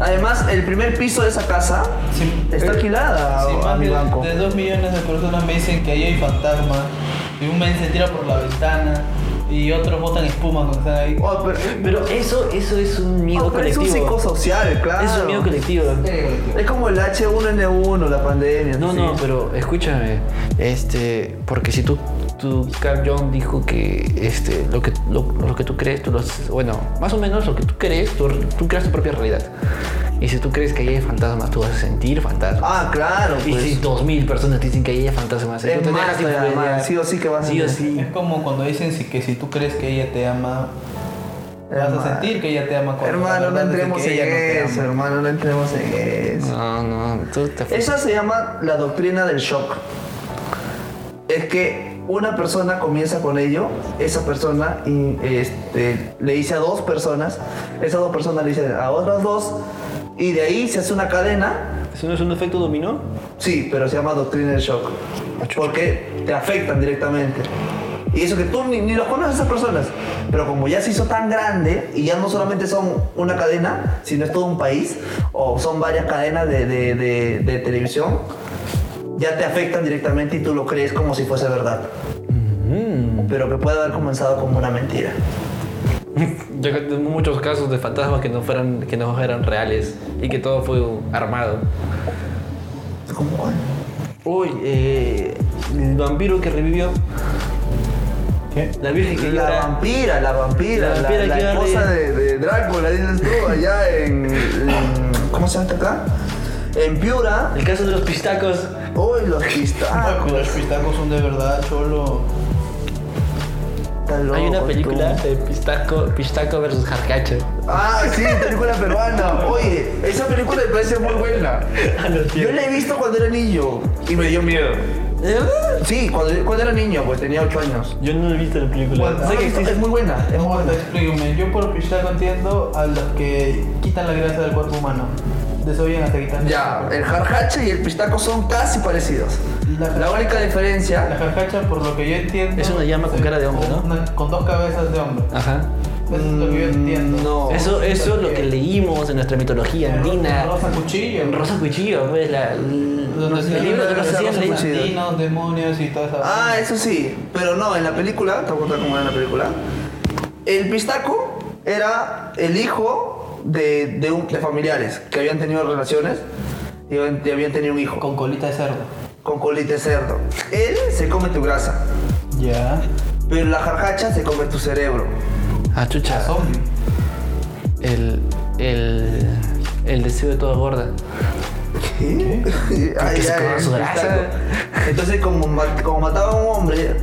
B: Además, el primer piso de esa casa
C: Sí.
B: está alquilada
C: Si
B: a- a
C: más
B: ah, mi banco.
C: de, de dos millones de personas me dicen que ahí hay fantasmas, y un men se tira por la ventana, y otros botan espuma cuando están ahí.
B: Oh, pero,
A: Pero eso, eso es un miedo
B: oh, pero es
A: colectivo.
B: un psicosocial, claro.
A: Es un miedo colectivo.
B: Es como el H1N1, la pandemia.
A: No,
B: sí.
A: no, pero escúchame, este, porque si tú, tú Carl Jung dijo que este, lo que lo, lo que tú crees, tú lo haces- bueno, más o menos lo que tú crees, tú, tú creas tu propia realidad. Y si tú crees que ahí hay fantasmas, tú vas a sentir fantasmas.
B: Ah, claro,
A: y
B: pues.
A: si dos mil personas te dicen que ahí hay fantasmas,
B: Es
A: tú te dejas
B: magia,
A: influenciar.
B: man, sí o sí que vas a
A: Sí o
B: sentir.
A: sí.
C: Es como cuando dicen si- que si tú crees que ella te ama, vas
B: Hermano.
C: a sentir que ella te ama cuando
B: Hermano, no
C: la verdad es
B: entremos
C: que
B: en
C: ella no te
B: eso,
C: ama.
B: hermano, no entremos en eso.
A: No, no, tú te fuiste.
B: Esa se llama la doctrina del shock. Es que una persona comienza con ello, esa persona y, este, le dice a dos personas, esas dos personas le dicen a otras dos, y de ahí se hace una cadena
A: ¿Eso no es un efecto dominó?
B: Sí, pero se llama doctrina del shock. Porque te afectan directamente. Y eso que tú ni, ni los conoces a esas personas. Pero como ya se hizo tan grande y ya no solamente son una cadena, sino es todo un país, o son varias cadenas de, de- de- de televisión, ya te afectan directamente y tú lo crees como si fuese verdad. Pero que puede haber comenzado como una mentira.
A: Yo creo que tengo muchos casos de fantasmas que no fueran, que no eran reales y que todo fue armado.
B: ¿Cómo? cuál?
A: Uy, eh, el vampiro que revivió.
C: ¿Qué?
A: La virgen que
B: La
A: llora.
B: vampira, la vampira,
A: La
B: la,
A: vampira
B: la
A: que iba a
B: esposa de,
A: reír.
B: de Drácula, dices tú, allá en, en- ¿Cómo se llama esta acá? En Piura.
A: El caso de los pistacos.
B: Uy, los
C: Ah,
B: pistacos.
C: pues, los pitacos son de verdad, cholo.
B: Está loco,
A: Hay una
B: tú.
A: película de pistaco, pistaco versus jarcacho.
B: Ah, sí, película peruana. Oye, esa película me parece muy buena.
A: Ah,
B: Yo la he visto cuando era niño y me dio miedo. ¿Eh? Sí, cuando, cuando era niño, pues tenía 8 años.
A: Yo no he visto la película.
C: Bueno.
B: Sí, es, es muy buena, es muy
C: Bueno,
B: buena.
C: explíqueme, yo por pistaco entiendo a los que quitan la grasa del cuerpo humano. Desoyen hasta quitar
B: Ya, el jarjache y el pistaco son casi parecidos.
C: La,
B: La única diferencia
C: la carcacha, por lo que yo entiendo.
A: Es una llama con
C: eh,
A: cara de hombre, ¿no?
C: una- con dos cabezas de hombre.
A: Ajá.
C: Eso es lo que yo entiendo.
B: no.
A: Eso, eso es lo que leímos en nuestra mitología andina.
C: Rosa cuchillo.
A: En Rosa Cuchillo, pues, la,
C: Los
A: el libro de
B: la
A: los
B: Rosa
A: recién leí-
B: Cuchillo.
C: Andinos, demonios y toda esa.
B: Ah, eso sí, pero no, en la película, te voy a contar cómo era en la película. El pistaco era el hijo de, de un, de familiares que habían tenido relaciones y habían, y habían tenido un hijo con,
C: Con colita de cerdo.
B: colite cerdo. Él se come tu grasa,
C: Ya.
B: pero la jarjacha se come tu cerebro.
A: Ah, chucha.
C: Zombie.
A: El, el, el deseo de toda gorda.
B: ¿Qué? Ay,
A: Que se
B: ay,
A: coma su
B: el
A: grasa.
B: pistaco. Entonces, como, mat- como mataba a un hombre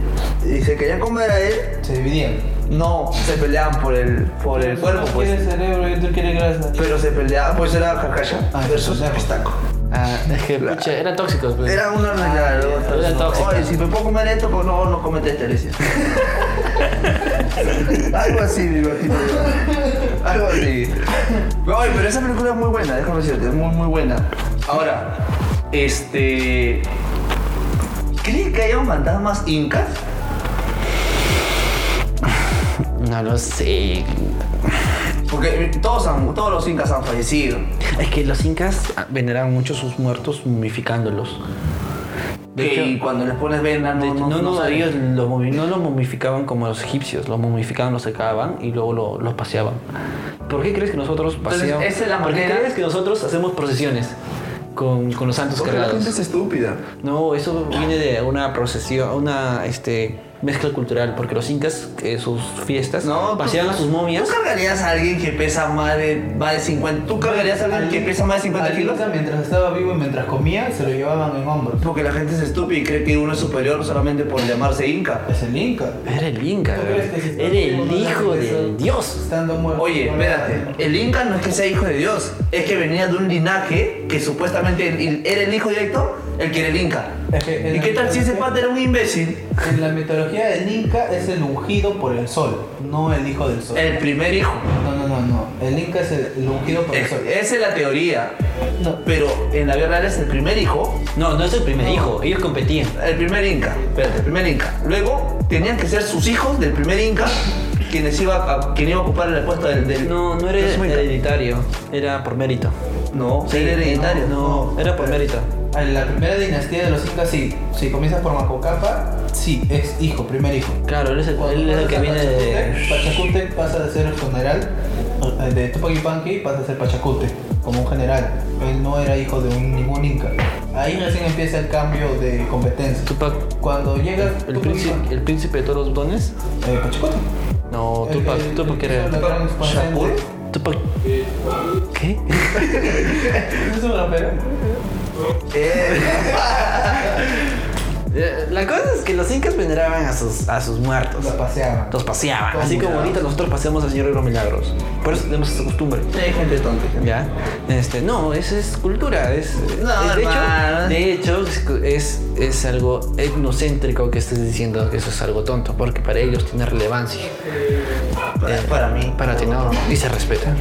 B: y se querían comer a él,
C: Se dividían.
B: no, se peleaban por el, por el cuerpo,
C: Tú
B: pues.
C: quieres cerebro y tú quieres grasa.
B: Pero se peleaba, pues era Carcasha
C: Ah,
B: versus
C: claro.
B: Pistaco.
A: Ah, es que, pucha, eran tóxicos, pues.
B: Era una realidad.
A: era tóxica.
B: Oye, si me puedo comer esto, pues no, no comete este, le decía. Algo así, me imagino. yo. Algo así. Oye, pero esa película es muy buena, déjame decirte, es muy, muy buena. Ahora, este. ¿Creen que hayan fantasmas incas?
A: No lo sé.
B: Porque eh, todos, han- todos los incas han fallecido.
A: Es que los incas veneraban mucho sus muertos mumificándolos. De
B: Que
A: hecho-
B: cuando les pones venda, no,
A: De-
B: no, no salen.
A: ellos los momi- no los momificaban como los egipcios, los momificaban, los secaban y luego lo- los paseaban. ¿Por qué crees que nosotros paseamos?
B: esa es la
A: ¿Por qué
B: manera-
A: crees que nosotros hacemos procesiones con, con los santos
B: Porque la
A: cargados?
B: gente es estúpida.
A: No, eso viene de una procesión, una este, mezcla cultural, porque los incas, eh, sus fiestas,
B: No, tú-
A: paseaban a sus momias.
B: ¿Tú cargarías a alguien que pesa más de, más de 50? ¿Tú cargarías a alguien que pesa más de 50
C: Alita,
B: kilos?
C: mientras estaba vivo y mientras comía, se lo llevaban en hombros.
B: Porque la gente es estúpida y cree que uno es superior solamente por llamarse Inca.
C: Es el Inca.
A: Era el inca,
C: ¿Tú crees que si
A: era el
C: estamos
A: hijo
C: hablando de eso?
A: del dios.
C: Estando muerto.
B: Oye,
C: no era-
B: espérate, el Inca no es que sea hijo de Dios, es que venía de un linaje que supuestamente el- el- era el hijo directo, el que era el Inca.
C: Es que en
B: ¿Y
C: la
B: qué tal si ese
C: mitología-
B: pata era un imbécil?
C: En la mitología del Inca es el ungido por el sol, no el hijo del sol.
B: El primer hijo.
C: No, no, no, no. El Inca es el, el ungido por el
B: Es-
C: sol.
B: Esa es la teoría.
C: No.
B: Pero en la vida real es el primer hijo,
A: No, no es el primer hijo, ellos competían.
B: El primer Inca, espérate, el primer Inca. Luego tenían que ser sus hijos del primer Inca quienes iba a, quien iba a ocupar el puesto del. del-
A: No, no era
B: de su Inca.
A: hereditario, era por mérito.
B: No, era hereditario.
A: No, era por mérito.
C: En la primera dinastía de los Incas, sí. Si comienzas por Macocapa, sí, es hijo, primer hijo.
A: Claro, él es el,
C: Cuando
A: él es el que
C: pasas
A: viene
C: a Pachacute,
A: de.
C: Pachacute pasa de ser el general eh, de Tupac Yupanqui, pasa a ser Pachacute, como un general. Él no era hijo de un- ningún Inca. Ahí recién empieza el cambio de competencia.
A: Tupac,
C: Cuando llega
A: el príncipe, el príncipe de todos los dones.
C: eh, Pachacute.
A: No,
C: El-
A: Tupac,
C: el-
A: Tupac
C: el-
A: era.
C: el- Gran expansión
B: ¿Shakur?
A: Tupac. ¿Qué?
C: ¿Es un rapero?
A: Eh, La cosa es que los incas veneraban a sus, a sus muertos.
C: La paseaba.
A: Los paseaban, así como ahorita nosotros paseamos al Señor de los Milagros. Por eso tenemos esa costumbre.
B: Hay gente tonta. gente.
A: ¿Ya? Este, no, eso es cultura. Es,
B: No,
A: es- de,
B: hermano.
A: hecho, de hecho, es, es algo etnocéntrico que estés diciendo que eso es algo tonto, porque para ellos tiene relevancia.
B: Para,
A: Eh,
B: para mí.
A: Para ti no, y se respeta.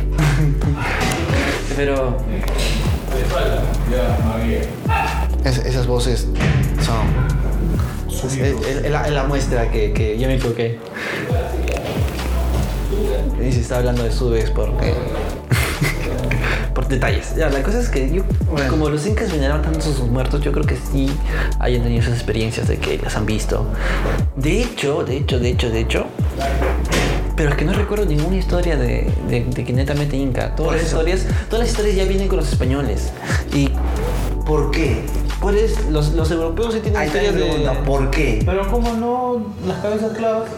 A: Pero. Es- esas voces son. Es, es- es la, es la muestra que, que yo me equivoqué. Y se está hablando de su vez porque. por detalles. Ya, la cosa es que yo, como los incas veneraban tanto a sus muertos, yo creo que sí hayan tenido esas experiencias de que las han visto. De hecho, de hecho, de hecho, de hecho, pero es que no recuerdo ninguna historia de, de, de que netamente Inca. Todas
B: Por
A: las,
B: eso.
A: historias, todas las historias ya vienen con los españoles. Y
B: ¿Por qué?
A: por es- los, los europeos sí tienen
B: Ahí está
A: historias
B: la pregunta,
A: de...
B: ¿por qué?
C: Pero como no, las cabezas clavas.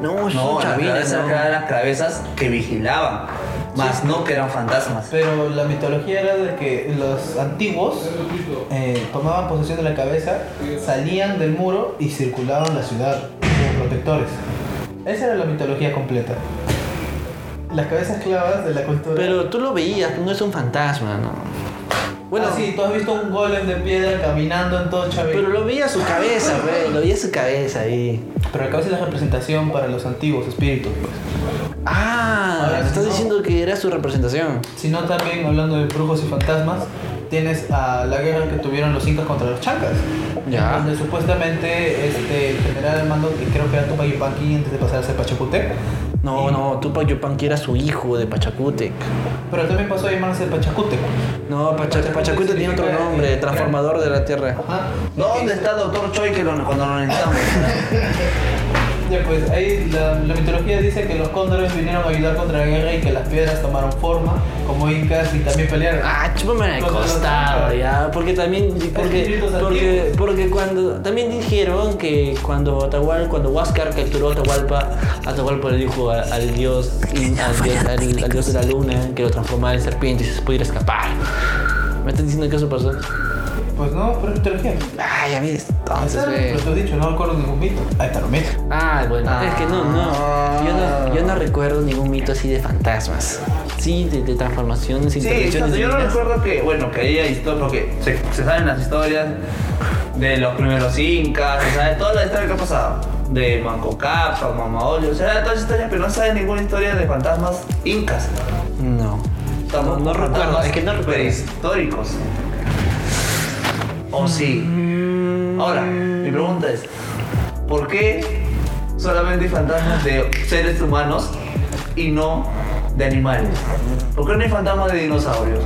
A: No,
B: No,
A: son
B: las
A: chavinas,
B: cabezas
A: no.
B: eran las cabezas que vigilaban, más no que eran fantasmas.
C: Pero la mitología era de que los antiguos eh, tomaban posesión de la cabeza, salían del muro y circulaban la ciudad como protectores. Esa era la mitología completa. Las cabezas clavas de la cultura.
A: Pero tú lo veías, no es un fantasma, ¿no? Bueno,
C: bueno, Ah, sí, tú has visto un golem de piedra caminando en todo Chávez.
A: pero lo veía su cabeza, güey, lo veía su cabeza ahí.
C: Pero la cabeza es la representación para los antiguos espíritus, pues.
A: Ah,
C: Ahora
A: me estás
C: no.
A: diciendo que era su representación.
C: Si no, también hablando de brujos y fantasmas, tienes a la guerra que tuvieron los incas contra los chancas.
A: Ya.
C: Donde supuestamente este, el general al mando, que creo que era Tupac Yupanqui antes de pasar a ser Pachacutec,
A: No, no, Tupac Yupanqui era su hijo de Pachacútec.
C: pero también pasó a llamarse Pachacutec.
A: No, Pacha- Pachacútec tiene otro nombre, transformador de la tierra.
C: Ajá.
B: ¿Dónde está el doctor Choi que lo- cuando lo necesitamos?
C: Ya, pues ahí la, la mitología dice que los cóndores vinieron a ayudar contra la guerra y que las piedras tomaron forma como incas y también pelearon.
A: Ah, chúpame el costado, ya. Porque también. Porque, porque, porque cuando. También dijeron que cuando Atahual, cuando Huáscar capturó a Atahualpa, Atahualpa le dijo a- al dios, al dios, al- al dios de la luna que lo transformaba en serpiente y se pudiera escapar. ¿Me estás diciendo que eso pasó?
C: Pues no, pero es mitología.
A: Ah, ya ves.
C: Ahí
A: Entonces,
C: está,
A: ve.
C: Lo que he dicho, no recuerdo ningún mito. Ahí está lo mito.
A: Ah, bueno, es que no, no. Yo no, yo no recuerdo ningún mito así de fantasmas. Sí, de, de transformaciones,
B: Sí,
A: intervenciones
B: exacto. Yo no
A: divinas.
B: recuerdo que, bueno, que haya historia, porque se, se saben las historias de los primeros incas, se sabe toda la historia que ha pasado. De Manco Capa, Mama Olio, se sabe todas las historias, pero no sabe ninguna historia de fantasmas incas.
A: No. No, Ah, no recuerdo,
B: fantasmas
A: es que no recuerdo.
B: Prehistóricos. O Oh, sí.
A: Mm.
B: Ahora, mi pregunta es, ¿por qué solamente hay fantasmas de seres humanos y no de animales? ¿Por qué no hay fantasmas de dinosaurios?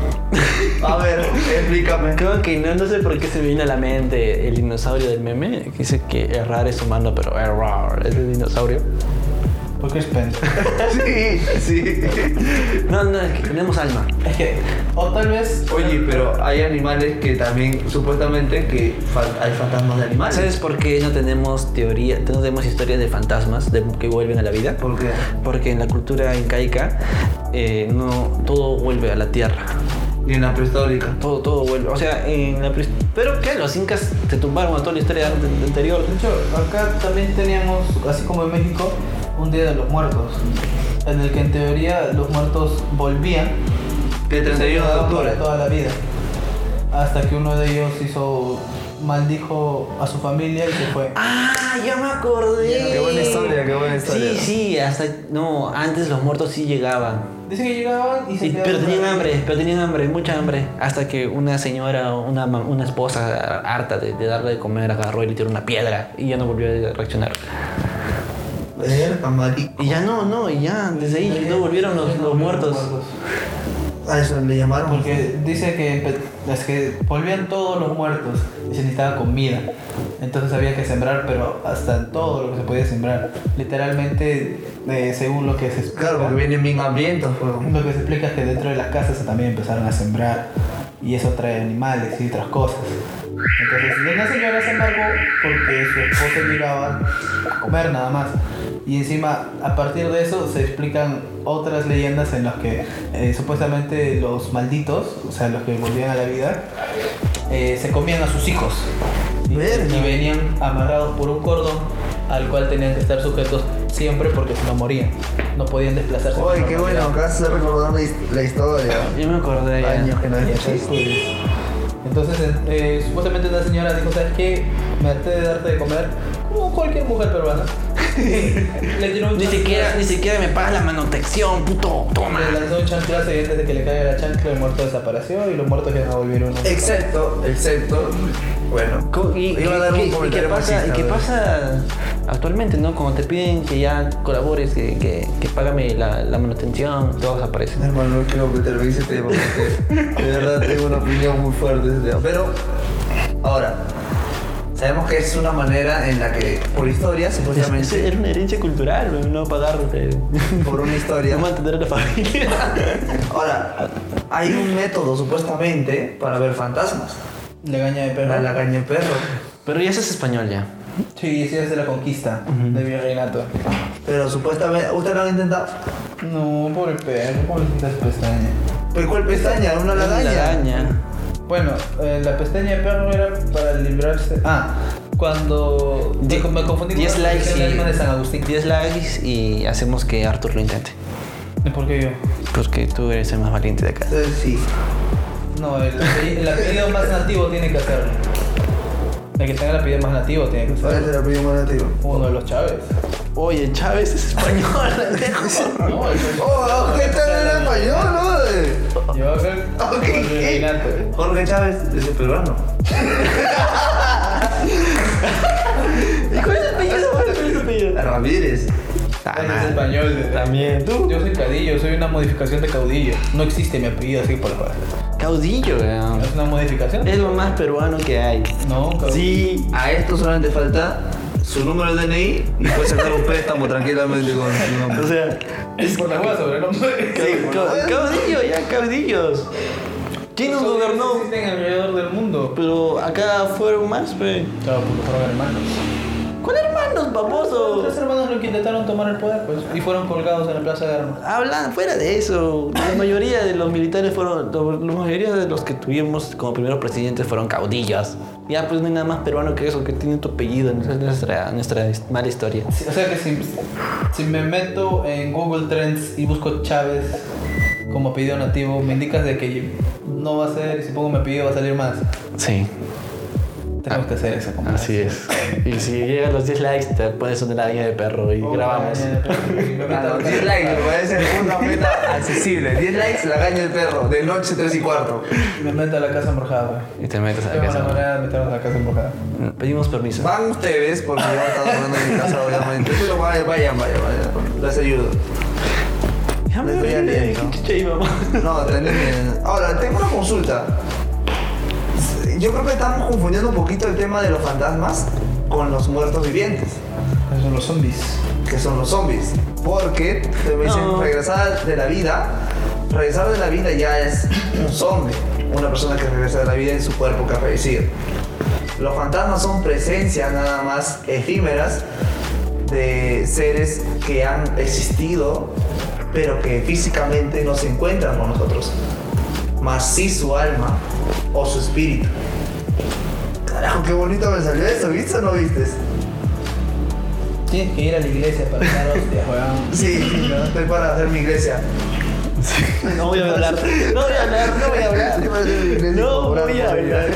B: A ver, explícame.
A: Creo que no, no sé por qué se me vino a la mente el dinosaurio del meme, que dice que errar es humano, pero errar es el dinosaurio.
C: Porque es pendejo.
B: Sí, sí.
A: No, no, es que tenemos alma.
C: Es que, o tal vez.
B: Oye, pero hay animales que también, supuestamente, que fan- hay fantasmas de animales.
A: ¿Sabes por qué no tenemos teoría, no tenemos historias de fantasmas de- que vuelven a la vida?
B: ¿Por qué?
A: Porque en la cultura incaica eh, no, todo vuelve a la tierra.
B: Y en la prehistórica.
A: Todo, todo vuelve. O sea, en la pres- Pero que los incas te tumbaron a toda la historia an- an- anterior.
C: De hecho, acá también teníamos, así como en México, un día de los muertos. En el que en teoría los muertos volvían.
B: Que el 31 de
C: quedaban
B: octubre.
C: para toda la vida. Hasta que uno de ellos hizo. Maldijo a su familia y se fue.
A: Ah, ya me acordé.
E: Qué buena historia, qué buena historia.
A: Sí, sí, hasta no, antes los muertos sí llegaban.
C: Dice que llegaban y se
A: Y-
C: quedaban
A: pero
C: otra
A: tenían
C: vez.
A: hambre, pero tenían hambre, mucha hambre. Hasta que una señora, o una, ma- una esposa harta de, de darle de comer, agarró y le tiró una piedra y ya no volvió a reaccionar.
B: Verga, marico.
A: Y ya no, no, y ya, desde ahí no volvieron los, los muertos.
B: A eso le llamaron
C: Porque dice que empe- es que volvían todos los muertos y se necesitaba comida. Entonces había que sembrar, pero hasta en todo lo que se podía sembrar. Literalmente, eh, según lo que se explica,
B: Claro, porque vienen bien hambrientos, weón.
C: lo que se explica es que dentro de las casas también empezaron a sembrar y eso trae animales y otras cosas. Entonces, y una señora se embargó porque su esposo llegaba a comer nada más. Y encima, a partir de eso, se explican otras leyendas en las que eh, supuestamente los malditos, o sea, los que volvían a la vida, eh, se comían a sus hijos. Y,
B: Verga.
C: y venían amarrados por un cordón al cual tenían que estar sujetos siempre porque si no morían. No podían desplazarse.
B: Oye,
C: con
B: qué bueno,
C: normalidad.
B: acá se recordando his- la historia.
A: Yo me acordé ya.
B: Años que no había hecho.
C: Entonces, eh, supuestamente una señora dijo, ¿sabes qué? Me harté de darte de comer, como cualquier mujer peruana. le tiró un
A: Ni siquiera,
C: chanclazo,
A: ni siquiera me pagas la manutención, puto. Toma.
C: Le lanzó un chanclazo y antes de que le caiga la chancla, el muerto desapareció y los muertos ya no volvieron.
B: Excepto, excepto, bueno,
A: Co- Y,
B: iba a dar
A: y-
B: un
A: y- y qué
B: comentario
A: pasa, y
B: marxista,
A: qué
B: pero-
A: pasa actualmente, ¿no? Cuando te piden que ya colabores, que, que, que págame la, la manutención, todos aparecen.
B: Hermano, no quiero meterme en ese tema porque de verdad tengo una opinión muy fuerte de ese tema. Pero, ahora, sabemos que es una manera en la que, por historia,
A: Es- es-
B: supuestamente,
A: Era una herencia cultural, güey, no pagar, eh,
B: por una historia.
A: no mantener a la familia.
B: Ahora, hay un método, supuestamente, para ver fantasmas.
C: Le gaña de perro.
B: La, la caña de perro.
A: Pero ya es español ya.
C: Sí, sí, es de la conquista, de virreinato.
B: Pero supuestamente, ¿usted lo han intentado?
C: No, pobre perro, pobrecitas pestañas.
B: ¿Pero cuál pestaña? ¿Una ladaña?
A: Ladaña.
C: Bueno, eh, la pestaña de perro era para librarse... Ah, cuando...
A: Die-
C: me confundí con
A: 10
C: la
A: likes
C: pestaña
A: y-
C: de San Agustín.
A: 10 likes y hacemos que Arthur lo intente.
C: ¿Y por qué yo?
A: Porque tú eres el más valiente de acá.
B: Eh, sí.
C: No, el, apellido- el apellido más nativo tiene que hacerlo. El que tenga el apellido más nativo tiene que
B: ¿Cuál es
C: hacerlo.
B: el apellido más nativo?
C: Uno de los Chávez.
A: Oye, Chávez es español, pendejo.
C: No, el
B: Oh, ¿qué tal el español, Chávez.
C: Yo acá.
B: Ok.
C: Valverde.
B: Jorge Chávez es el peruano. ¿Y cuál es el apellido? ¿Cuál es el apellido? Ramírez.
A: Ah,
C: Él Este es
A: madre.
C: español.
B: También. ¿Tú?
C: Yo soy Cadillo, soy una modificación de caudillo. No existe mi apellido así por cual.
A: Caudillo, weón.
C: ¿Es una modificación?
A: Es lo más peruano que hay.
C: No, caudillo.
B: Sí. A esto solamente falta su número de DNI y puede sacar un préstamo tranquilamente con su nombre.
A: O sea,
C: Es por la hueá sobrenombre.
A: sí, ca- caudillo, ya, caudillos. ¿Quién nos gobernó?
C: Existen alrededor del mundo.
A: Pero acá fueron más, pe.
C: Claro, porque fueron hermanos.
A: ¿Cuál hermanos,
C: Los tres
A: baboso?
C: hermanos lo que intentaron tomar el poder, pues, y fueron colgados en la plaza de armas.
A: Hablan fuera de eso. La mayoría de los militares fueron. lo- La mayoría de los que tuvimos como primeros presidentes fueron caudillos. Ya, pues no hay nada más peruano que eso, que tiene tu apellido. Esa es nuestra, nuestra his- mala historia.
C: Sí, O sea que si, si me meto en Google Trends y busco Chávez como apellido nativo, me indicas de que no va a ser, y si pongo mi apellido va a salir más.
A: Sí,
C: Tenemos que hacer esa comparación.
A: Ah, así es. Y si llegan los 10 likes, te pones una araña de perro y
C: Oh,
A: grabamos.
C: ya, ya, ya, ya.
B: A los 10 likes me parece una meta accesible. 10 likes, la caña del perro, de noche 3 y cuarto.
C: Me meto a la casa embrujada, güey.
A: Y te metes a la
C: Tengo la
A: casa.
C: manera de meternos a la casa embrujada.
A: Pedimos permiso.
B: Van ustedes, porque yo estaba hablando en mi casa, obviamente. Pero vayan, vayan, vayan, vayan. Les ayudo.
A: Déjame
B: Les voy
A: ver,
B: a leer,
A: ¿qué
B: ¿no?
A: chucha hay, mamá?
B: No, tenés bien. Ahora, tengo una consulta. Yo creo que estamos confundiendo un poquito el tema de los fantasmas con los muertos vivientes,
C: Esos son los zombies.
B: que son los zombies. Porque te me dicen,
A: No.
B: regresar de la vida, regresar de la vida ya es un zombie, una persona que regresa de la vida en su cuerpo que ha fallecido. Los fantasmas son presencias nada más efímeras de seres que han existido, pero que físicamente no se encuentran con nosotros, más sí su alma o su espíritu. Carajo, qué bonito me salió eso, ¿viste o no viste?
C: Tienes que ir a la iglesia para estar hostias, weón.
B: Sí, estoy para hacer mi iglesia.
A: No voy a hablar. No voy a hablar, no voy a hablar.
B: Estoy para hacer mi iglesia
A: No
B: cobrando,
A: voy a
B: güey.
A: hablar.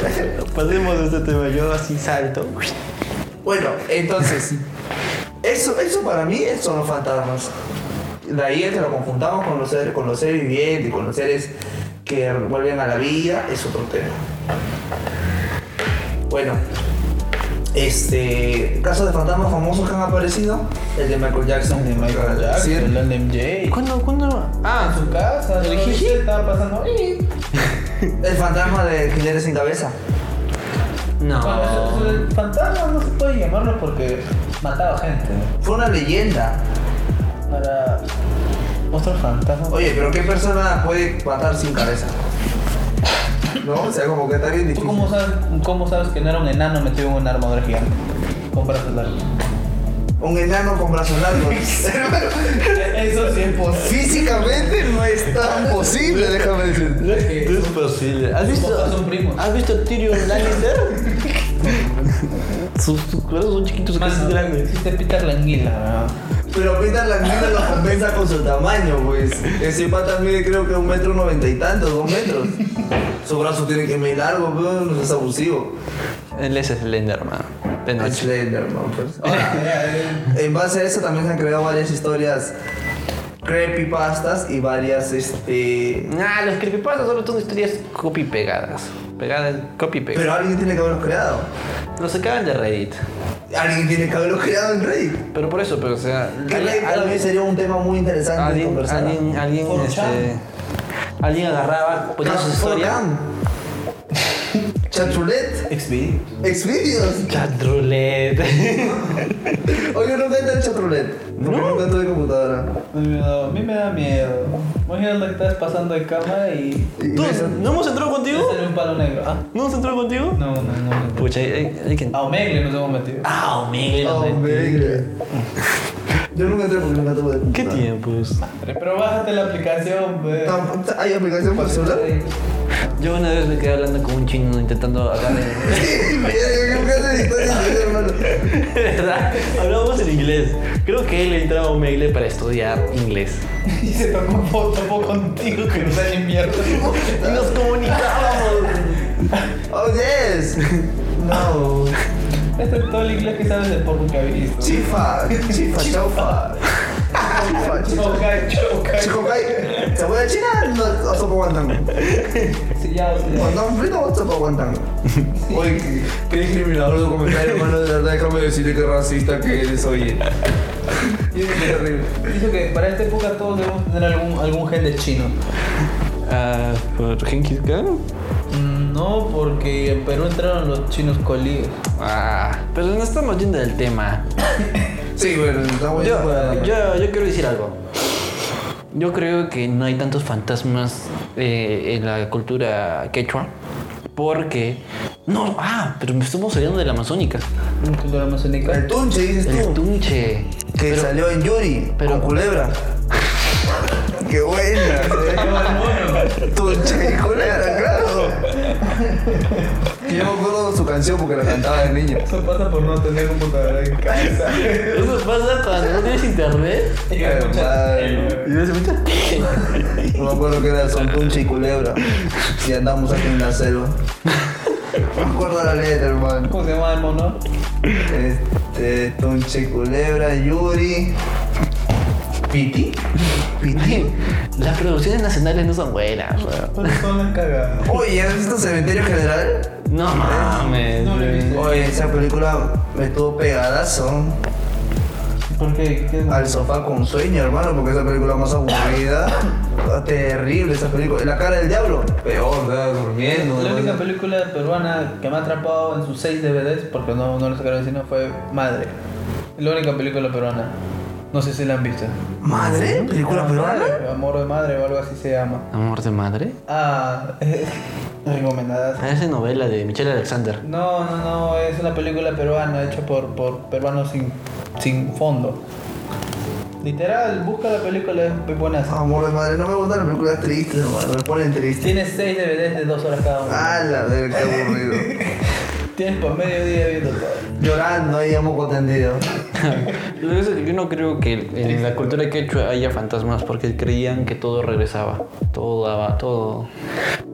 A: Pasemos a este tema. Yo así salto.
B: Bueno, entonces, eso, eso para mí son los fantasmas. De ahí es que lo confundamos con los seres, con los seres vivientes, con los seres que vuelven a la vida, es otro tema. Bueno, este, casos de fantasmas famosos que han aparecido, el de Michael Jackson,
C: El de Michael
B: acaba de decir.
C: Jackson, el de MJ.
A: ¿Cuándo? ¿Cuándo?
C: En
A: Ah,
C: su casa,
A: ¿El
C: ¿no?
A: jiji?
C: Estaba pasando. "Ih".
B: el fantasma de Jiménez sin cabeza.
C: Bueno, eso- eso
A: no.
C: del fantasma no se puede llamarlo porque mataba gente.
B: Fue una leyenda.
C: No era otro fantasma.
B: Oye, pero ¿qué persona puede matar sin cabeza? No, o sea, como que está bien
C: ¿Tú
B: difícil.
C: cómo sabes, cómo sabes que no era un enano metido en una armadura gigante? Con brazos largos.
B: Un enano con brazos largos.
C: Eso sí es posible.
B: Físicamente no es tan posible, déjame decir.
A: Es posible. ¿Has
C: papás
A: visto,
C: son primos.
A: ¿Has visto a Tyrion Lannister? Sus sus cuernos son
C: pues
A: chiquitos, casi grandes.
C: Existe Peter Languila,
B: Pero Peter Languila lo compensa con su tamaño, pues. Ese pata mide creo que un metro noventa y tantos, dos metros. Su brazo tiene que medir largo, pero no es abusivo.
A: Él es Slenderman. De
B: Es
A: noche.
B: Slenderman, pues. Ahora, en base a eso también se han creado varias historias creepypastas y varias, este...
A: Ah, los creepypastas solo son historias copy pegadas. Pegadas, copy pegadas.
B: Pero alguien tiene que haberlos creado.
A: Los sacaban de Reddit.
B: Alguien tiene que haberlos creado en Reddit.
A: Pero por eso, pero o sea.
B: Que
A: al-
B: Reddit
A: al-
B: tal vez sería un tema muy interesante de
A: Alguien,
B: conversar.
A: alguien, alguien,
C: Foro
A: este,
C: Chan.
A: alguien agarraba, ponía su historia.
B: Chachulet.
C: XB.
B: Xvideos.
A: Chat roulette.
B: Oye, yo nunca entré en Chachulet. Porque nunca tuve computadora.
C: A mí me da- A mí me da miedo. Imagínate lo que estás pasando de cama y.
B: Y- y Ah,
A: ¿Tú,
B: me sal-
A: ¿No hemos entrado
C: te
A: contigo?
C: sale un palo negro. Ah,
A: ¿No hemos entrado contigo?
C: no, no, no. no.
A: Pucha, hay, hay- hay que.
C: A Omegle nos hemos metido.
A: ¡Ah, Omegle,
B: Oh,
A: hombre.
B: hombre. Yo nunca entré porque nunca tuve computadora.
A: ¿Qué tiempos?
C: Pero bájate la aplicación, pues. wey.
B: Tamp- ¿Hay aplicación para el celular?
A: Yo una vez me quedé hablando con un chino intentando hablar en.
B: Sí, verga, yo nunca sé historias de vida, hermano.
A: De verdad, hablábamos en inglés. Creo que él entraba a Omegle para estudiar inglés.
C: Y se tocó foto contigo que no sale mierda.
A: Y nos comunicábamos.
B: Oh, yes. No.
C: Este es todo el inglés que sabes de porno que habéis visto.
B: Chifa. Chifa, chaufa. Chocokai, ¿se puede China o sopa guantán?
C: Sí, ya, sí, ya.
B: ¿Guantán frito o sopa guantán?
F: Oye, qué- qué discriminador tu comentario, hermano. De verdad, déjame decirte que racista que eres, oye.
C: Yo
F: terrible.
C: Dice que para esta época todos debemos tener algún, algún gen de chino.
A: Ah, ¿Por Genghis Khan?
C: Mm, No, porque en Perú entraron los chinos colíes.
A: Ah, pero no estamos yendo del tema.
F: Sí, bueno, estamos
A: Yo,
B: pues,
A: yo, yo quiero decir algo. Yo creo que no hay tantos fantasmas eh, en la cultura quechua. Porque. No, ah, pero me estamos saliendo de la amazónica.
C: Una cultura
B: El
C: amazónica.
B: tunche, dices
A: El
B: tú.
A: tunche.
B: Que
A: Pero-
B: salió en Yuri,
A: pero-
B: con culebra. Qué buena,
C: Ah,
B: ¿eh? Tunche y culebra, claro.
F: yo me acuerdo de su canción porque la cantaba de niño.
G: Eso pasa por no tener computadora en casa.
A: Eso pasa cuando no tienes internet.
B: Hermano.
A: Y no se escucha.
B: No me acuerdo que era son tunche y culebra. Y andamos aquí en la selva. No me acuerdo la letra, hermano.
C: ¿Cómo se llama el mono?
B: Este, tunche y culebra, Yuri. ¿Piti? ¿Piti?
A: Las producciones nacionales no son buenas, weón.
G: Todas son las cagadas.
B: Oye, ¿has visto Cementerio General?
A: No mames. weón.
B: Oye, esa película me estuvo pegadazo
C: ¿Por qué? ¿Qué es?
B: al sofá con sueño, hermano, porque esa película más aburrida. Terrible esa película. La cara del diablo.
F: Peor, ¿verdad? Durmiendo.
C: La única
F: ¿verdad?
C: película peruana que me ha atrapado en sus 6 DVDs, porque no, no lo sacaron al cine, fue Madre. La única película peruana. No sé si la han visto.
B: ¿Madre? ¿Película peruana?
C: Madre, Amor de Madre o algo así se llama.
A: Amor de madre.
C: Ah, recomendada.
A: Ah, Esa novela de Michelle Alexander.
C: No, no, no, es una película peruana hecha por, por peruanos sin, sin fondo. Literal, busca la película, es muy buena.
B: Amor de madre, no me gustan las películas tristes, hermano. Me ponen triste.
C: Tienes 6 DVDs de 2 horas cada uno.
B: A la verga, qué aburrido.
C: Tienes por medio día viendo todo.
B: Llorando ahí a moco tendido.
A: Lo que pasa es que yo no creo que en la cultura quechua haya fantasmas porque creían que todo regresaba. Todo daba, todo.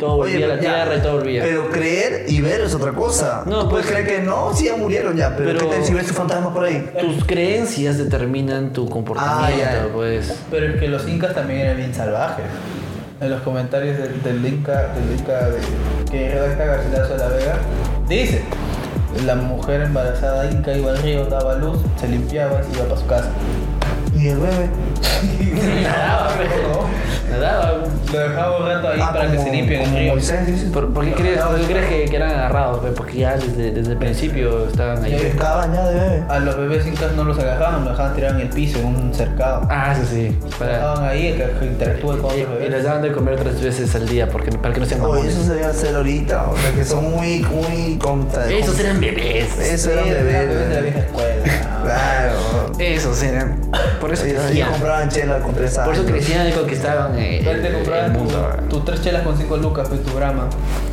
A: Todo volvía a la
B: pero ya, Eh.
A: tierra y todo volvía.
B: Pero creer y ver es otra cosa.
A: No,
B: Tú puedes
A: pues-
B: creer que no, sí ya murieron ya, pero,
A: Pero-
B: ¿qué tal si ves tu fantasma por ahí?
A: Tus creencias determinan tu comportamiento,
B: Ah, ya.
A: pues.
C: Pero es que los incas también eran bien salvajes. En los comentarios del, del Inca, del Inca de- que redacta Garcilaso de la Vega, dice, la mujer embarazada inca iba al río, daba luz, se limpiaba y se iba para su casa.
B: Y el bebé.
C: Nadaba, ¿no? Nadaba. Lo dejaba un rato ahí
B: Ah,
C: para que
B: como-
C: se limpie el
B: como
C: río.
B: Moisés, dices.
A: ¿Por, por qué crees, por qué crees que, que eran agarrados? pues? Porque ya desde, desde el principio estaban ahí.
B: Pescaba bañado de bebé.
C: A los bebés incas no los agarraban, los dejaban tirados en el piso, en un cercado.
A: Ah, sí, sí.
C: Los
A: Para,
C: dejaban ahí que interactúen con
A: y,
C: otros
A: y les
C: bebés.
A: daban de comer tres veces al día porque, para que no sean
B: Oye, eso
A: mamones.
B: se debe hacer ahorita, o sea que son muy, muy contra.
A: Esos eran bebés.
B: Eso era un
C: Sí,
B: bebé.
C: de la vieja
B: bebé.
C: escuela. Ah,
B: Claro.
A: Esos eran. Por eso
B: Y ahí
A: crecían.
B: compraban chela con tres
A: Pues Por
B: años.
A: eso crecían y conquistaban eh,
C: Él
A: el,
C: te
A: el
C: compraba
A: mundo. eh.
C: tu- tus tres chelas con cinco lucas, fue tu grama.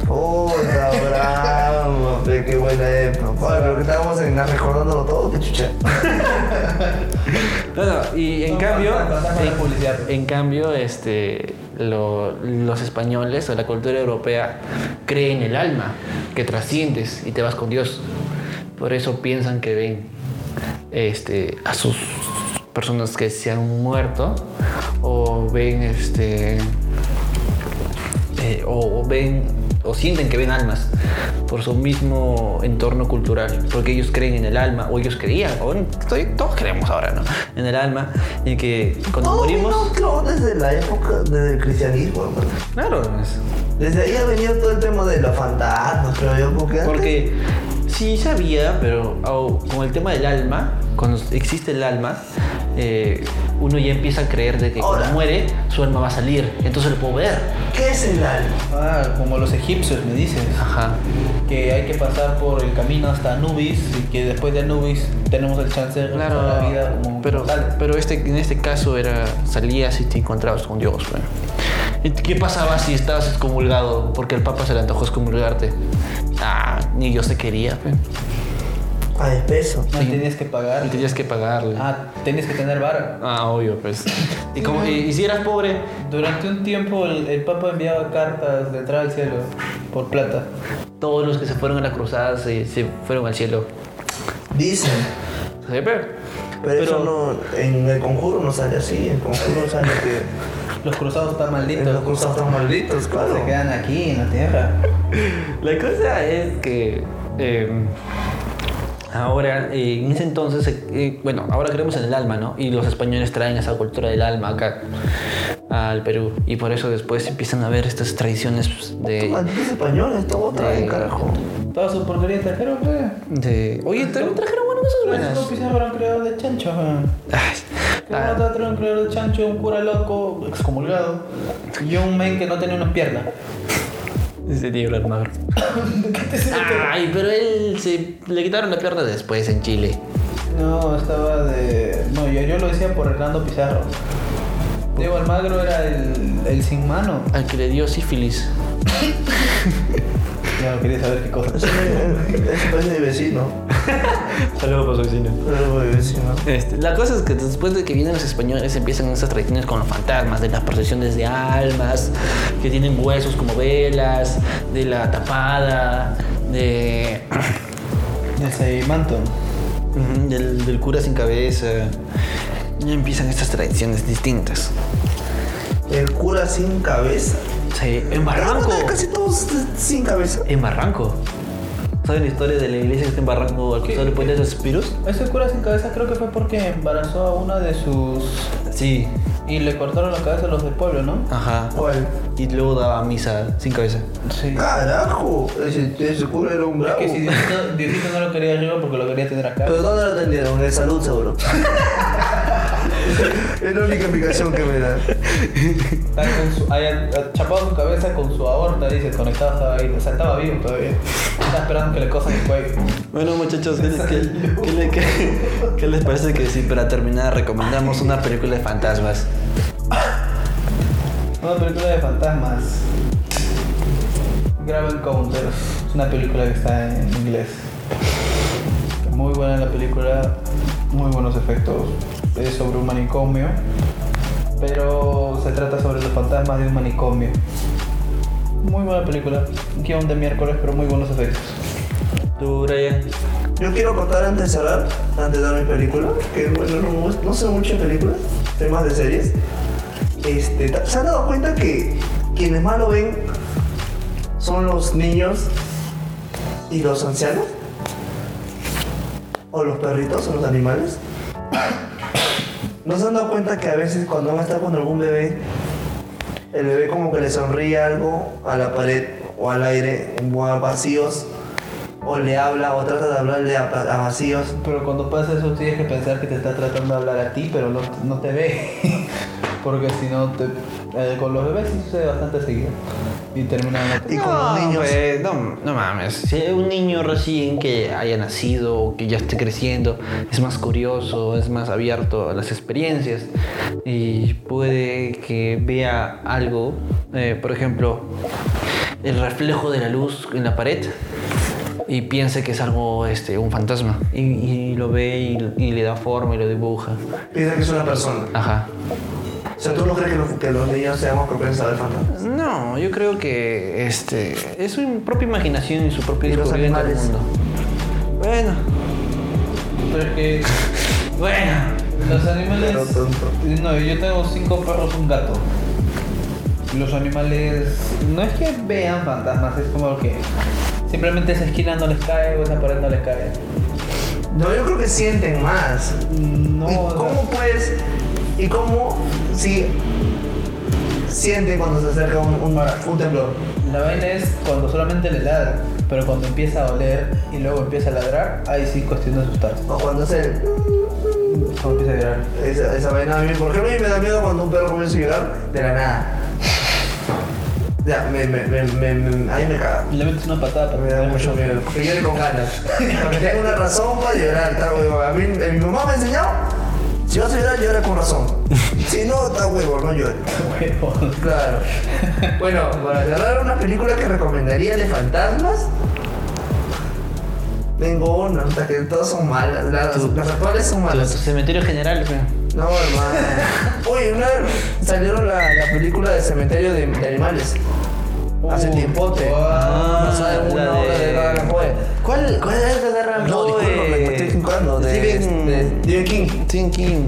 B: Puta, bravo, pe, qué buena época. Oye, pero que estábamos en, recordándolo todo, qué chucha.
A: No, no, y en
C: No,
A: cambio,
C: fantasma, fantasma, la publicidad.
A: en, en cambio, este, lo- los españoles o la cultura europea creen en el alma, que trasciendes y te vas con Dios. Por eso piensan que ven este, a sus personas que se han muerto o ven este eh, o, o ven o sienten que ven almas por su mismo entorno cultural, porque ellos creen en el alma, o ellos creían, o en- estoy- todos creemos ahora, ¿no? En el alma, en que cuando
B: Todo
A: morimos,
B: vino, creo, desde la época, desde el cristianismo, hermano.
A: claro, es-
B: Desde ahí ha venido todo el tema de los fantasmas, pero yo porque antes-
A: porque sí sabía, pero au- con el tema del alma, cuando existe el alma, eh, uno ya empieza a creer de que
B: Ahora.
A: cuando muere su alma va a salir, entonces lo puedo ver.
B: ¿Qué es el alma?
C: Ah, como los egipcios me dices.
A: Ajá.
C: Que hay que pasar por el camino hasta Anubis y que después de Anubis tenemos el chance de regresar a la vida como
A: pero,
C: tal.
A: pero este, en este caso era salías y te encontrabas con Dios. bueno. ¿Y qué pasaba si estabas excomulgado? Porque el Papa se le antojó excomulgarte. Ah, ni Dios te quería. fe.
B: A espeso.
C: No
A: sí.
C: tenías que pagar.
A: Y Tenías que pagarle. Ah,
C: Ah, tenías que tener vara.
A: obvio, pues. Y, como, y, y si eras pobre,
C: Durante un tiempo el, el Papa enviaba cartas de entrada al cielo por plata.
A: todos los que se fueron a la cruzada se, se fueron al cielo.
B: Dicen.
A: Sí, pero
B: Pero, eso no, en el conjuro no sale así, en el conjuro sale que
C: Los cruzados están malditos.
B: los cruzados están malditos, claro.
C: Se quedan aquí en la tierra.
A: La cosa es que eh, ahora, eh, en ese entonces, eh, bueno, ahora creemos en el alma, ¿no? Y los españoles traen esa cultura del alma acá al Perú. Y por eso después empiezan a ver estas tradiciones pues, de...
B: Malditos españoles, esta otra,
A: de-
B: de, carajo.
C: Todas sus porquerías trajeron, ¿qué?
A: de oye, también trajeron buenas cosas
C: Bueno,
A: buenas.
C: pues. no Pizarro era un creador de chancho. ¿eh?
A: Ay,
C: Que
A: ah,
C: uno era un creador de chancho, un cura loco, excomulgado. Y un men que no tenía unas piernas.
A: Ese Diego Almagro. Ay, pero él se le quitaron la pierna después en Chile.
C: No, estaba de. No, yo, yo lo decía por Hernando Pizarro. Diego Almagro era el, el sin mano.
A: Al que le dio sífilis.
C: Ya no quería saber qué cosa.
B: Eso me- eso parece mi vecino.
A: Saludos para su vecino.
B: Pero mi vecino.
A: Este, la cosa es que después de que vienen los españoles empiezan esas tradiciones con los fantasmas, de las procesiones de almas, que tienen huesos como velas, de la tapada, de,
C: El Seimanto.
A: Ujú, del, del cura sin cabeza. Y empiezan estas tradiciones distintas.
B: El cura sin cabeza.
A: Sí, en Barranco.
B: Pero Casi todos sin cabeza.
A: En Barranco. ¿Saben la historia de la iglesia que está en Barranco al costado del puente de los Suspiros?
C: Ese cura sin cabeza creo que fue porque embarazó a una de sus.
A: Sí.
C: Y le cortaron la cabeza a los del pueblo, ¿no?
A: Ajá.
B: ¿Cuál?
A: Y luego daba misa sin cabeza.
C: Sí.
B: Carajo, ese, ese cura era un
C: Es
B: bravo.
C: que si Diosito, Diosito no lo quería arriba porque lo quería tener acá.
B: Pero ¿dónde lo atendieron? En salud seguro. es la única explicación que me da.
C: Está con su, haya chapado su cabeza con su aorta, dice, conectado estaba ahí. O sea, estaba vivo todavía. Está esperando que le cosan el cuello.
A: Bueno muchachos, ¿qué, qué- qué le- qué- qué les parece que si para terminar recomendamos una película de fantasmas?
C: Una película de fantasmas. Grave Encounter. Es una película que está en inglés. Muy buena la película, muy buenos efectos. Es sobre un manicomio, pero se trata sobre los fantasmas de un manicomio. Muy buena película. Guión de miércoles, pero muy buenos efectos.
A: ¿Tú, Brian?
B: Yo quiero contar antes de cerrar, antes de dar mi película, que bueno, no, me gusta- no sé mucho de películas, temas de series. Este, ta- ¿Se han dado cuenta que quienes más lo ven son los niños y los ancianos? ¿O los perritos o los animales? ¿No se han dado cuenta que a veces cuando van a estar con algún bebé, el bebé como que le sonríe algo a la pared o al aire, o a vacíos, o le habla o trata de hablarle a, a vacíos?
C: Pero cuando pasa eso tienes que pensar que te está tratando de hablar a ti, pero no, no te ve. Porque si no, te- eh, con los bebés sí sucede bastante seguido. Y terminan...
B: Y con los niños.
A: pues, no, no mames. Si hay un niño recién que haya nacido o que ya esté creciendo, es más curioso, es más abierto a las experiencias y puede que vea algo, eh, por ejemplo, el reflejo de la luz en la pared y piense que es algo, este, un fantasma. Y, y lo ve y, y le da forma y lo dibuja.
B: Piensa que es una persona.
A: Ajá.
B: O sea, ¿tú no crees que los, que los niños seamos propensos al fantasma?
A: Pues No, yo creo que este es su propia imaginación y su propio
B: Y los
A: descubrimiento del
B: animales.
A: mundo. Bueno,
C: Pero es que
A: bueno.
C: los animales.
B: Pero tonto.
C: No, yo tengo cinco perros, un gato. Los animales. No es que vean fantasmas, es como que. Simplemente esa esquina no les cae o esa pared no les cae.
B: No, yo creo que sienten más.
C: No.
B: ¿Y
C: o sea,
B: cómo puedes? ¿Y cómo si sienten cuando se acerca un, un, un temblor?
C: La vaina es cuando solamente le ladra, pero cuando empieza a oler y luego empieza a ladrar, ahí sí cuestión de asustarse.
B: O cuando se...
C: Cuando empieza a llorar.
B: Esa, esa vaina a mí, por ejemplo, a mí me da miedo cuando un perro comienza a llorar de la nada. Ya, me, me, me, me, me- ahí me caga.
C: Le metes una patada para
B: Me da mucho miedo. Que llore con ganas. Porque tengo una razón para llorar. Está huevo. A mí, eh, mi mamá me ha enseñado. Si vas a llorar, llora con razón. Si no, está huevo, no llores. Claro. Bueno, para cerrar una película que recomendaría de fantasmas. Tengo una, hasta que todas son malas. Las, las actuales son
A: Su
B: malas.
A: cementerio general, fe.
B: No, hermano. Oye, una salieron la, la película de cementerio de, de animales. Hace tiempote.
C: wow.
B: Basada en
A: la
B: una obra de
A: de-
B: Edgar Allan Poe. ¿Cuál, cuál es de Edgar Allan
A: No,
B: Poe?
A: discúlpame,
B: ¿Cuál hablando de
H: Stephen-
B: de Stephen King.
A: Stephen King.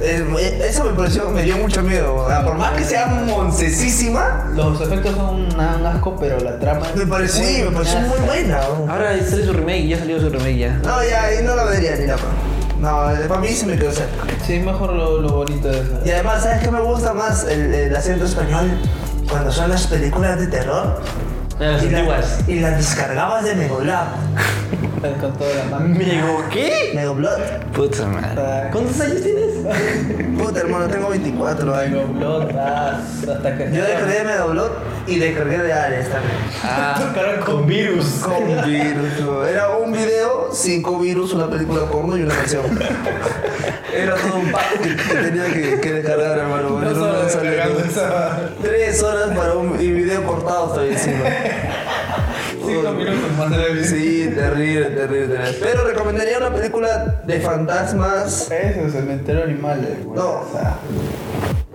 B: Eh, Eso me pareció, me dio mucho miedo. o sea, por más que sea moncesísima,
D: Los efectos son un asco, pero la trama. es
B: me pareció,
D: muy
B: me pareció
D: buena.
B: muy buena. ¿no?
A: Ahora sale su remake, ya salió su remake ya.
B: No, ya, ahí no la vería ni loco. No, eh, para mí se me quedó cerca.
D: Sí, mejor lo, lo bonito de eso.
B: Y además, ¿sabes qué me gusta más? El, el acento español. Cuando son las películas de terror.
A: Las
B: y, la-
A: antiguas.
B: y las descargabas de Megoblog.
D: Con toda la mano.
A: ¿Amigo qué?
B: Megoblog.
A: Puta madre. ¿Cuántos años tienes?
B: Puta, hermano, tengo 24 años.
D: Goblotas, hasta que.
B: Yo descargué de Megoblog y descargué de Ares también.
A: Ah, con virus.
B: Con virus. Era un video, cinco virus, una película porno y una canción. Era todo un pack que, que tenía que, que descargar, hermano. Era una manzana. Tres horas para un y video cortado todavía encima. Cinco minutos más de Sí, terrible, terrible, terrible. Pero recomendaría una película de fantasmas.
D: Eso, cementerio animal, eh, güey.
B: No.
D: O sea,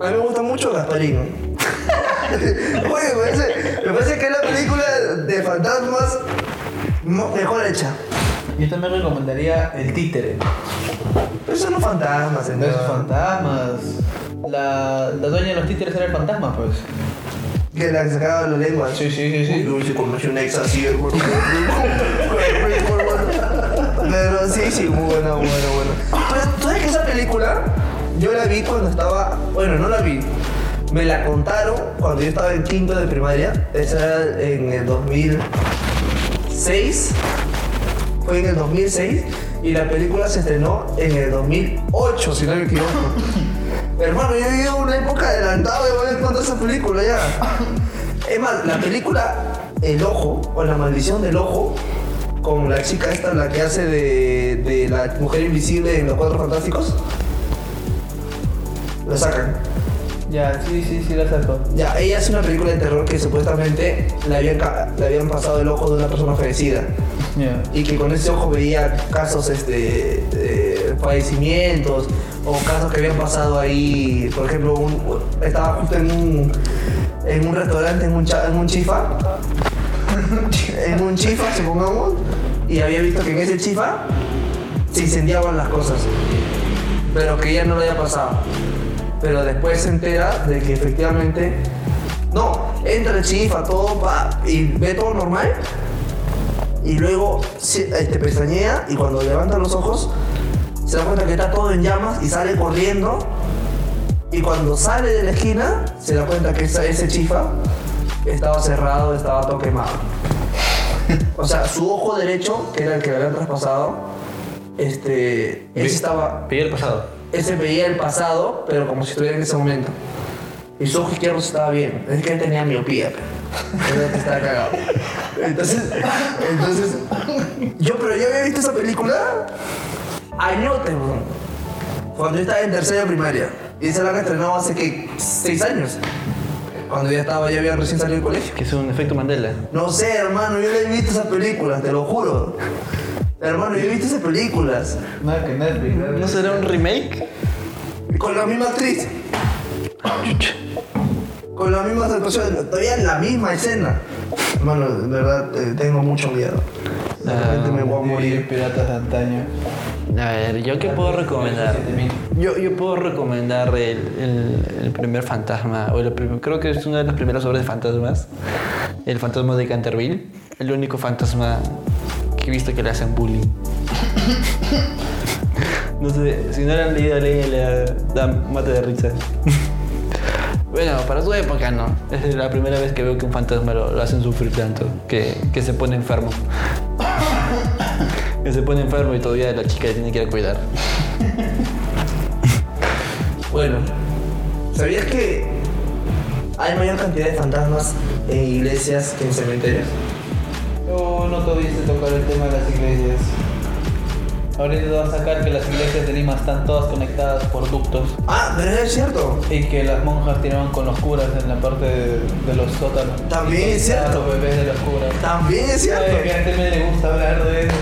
B: A mí me gusta mucho Gasparín. Oye, me parece, me parece que es la película de fantasmas mo- mejor hecha.
D: yo también recomendaría El Títere.
B: Pero son los fantasmas,
D: De esos
B: señor.
D: fantasmas. La, la dueña de los títeres era el fantasma, pues.
B: Que la que sacaba la lengua.
D: Sí, sí, sí, sí.
B: Uy, se conoció un ex así, hermano. Pero sí, sí, muy buena, buena, buena. Pero tú sabes que esa película yo la vi cuando estaba. Bueno, no la vi. Me la contaron cuando yo estaba en quinto de primaria. Esa era en el 2006. Fue en el 2006. Y la película se estrenó en el 2008, si no me equivoco. Hermano, yo he vivido una época adelantada de ver cuánto esa película ya. Es más, la película El Ojo, o La Maldición del Ojo, con la chica esta, la que hace de, de la mujer invisible en Los Cuatro Fantásticos, lo sacan.
D: Ya, sí, sí, sí, la saco.
B: Ya, ella hace una película de terror que supuestamente le habían, ca- le habían pasado el ojo de una persona fallecida.
D: Ya.
B: Y que con ese ojo veía casos, este, eh, fallecimientos o casos que habían pasado ahí. Por ejemplo, un- estaba justo en un, en un restaurante, en un, cha- en un chifa. en un chifa, supongamos. Y había visto que en ese chifa se incendiaban las cosas. Pero que ella no lo había pasado. Pero después se entera de que efectivamente. No, entra el chifa, todo va y ve todo normal. Y luego si- este, pestañea y cuando levanta los ojos se da cuenta que está todo en llamas y sale corriendo. Y cuando sale de la esquina se da cuenta que esa- ese chifa estaba cerrado, estaba todo quemado. O sea, su ojo derecho, que era el que le habían traspasado, este, ese estaba
A: Pidió el pasado.
B: ese veía el pasado, pero como si estuviera en ese momento. Y su ojo izquierdo estaba bien. Es que él tenía miopía. pe. Era que estaba cagado. Entonces, entonces, yo, pero yo había visto esa película añote, weón. Cuando yo estaba en tercera de primaria. Y se la han estrenado hace que seis años. Cuando ya estaba, ya había recién salido del colegio.
A: Que es un efecto Mandela.
B: No sé, hermano, yo le he visto esas películas, te lo juro. Hermano, yo he visto esas películas.
D: Nada que Netflix.
A: ¿No será un remake?
B: Con la misma actriz. Con las mismas actuaciones, todavía en la misma escena. Hermano, de verdad, eh, tengo mucho miedo. De repente me voy a morir.
D: Piratas de antaño.
A: A ver, ¿yo qué puedo recomendar? Yo, yo puedo recomendar el, el- el primer fantasma, o el prim- creo que es una de las primeras obras de fantasmas, el fantasma de Canterville, el único fantasma que he visto que le hacen bullying. No sé, si no la han leído, léela, da mate de risa. Bueno, para su época no. Es la primera vez que veo que un fantasma lo, lo hacen sufrir tanto, que, que se pone enfermo. que se pone enfermo y todavía la chica le tiene que ir a cuidar.
B: Bueno, ¿sabías que hay mayor cantidad de fantasmas en iglesias que en cementerios?
D: Yo no tuviste tocar el tema de las iglesias. Ahorita te vas a sacar que las iglesias de Lima están todas conectadas por ductos
B: Ah, pero es cierto.
D: y que las monjas tiraban con los curas en la parte de, de los sótanos.
B: También es
D: Ah,
B: cierto.
D: Los bebés de los curas.
B: También es
D: Ay, que
B: cierto.
D: antes me le gusta hablar de eso.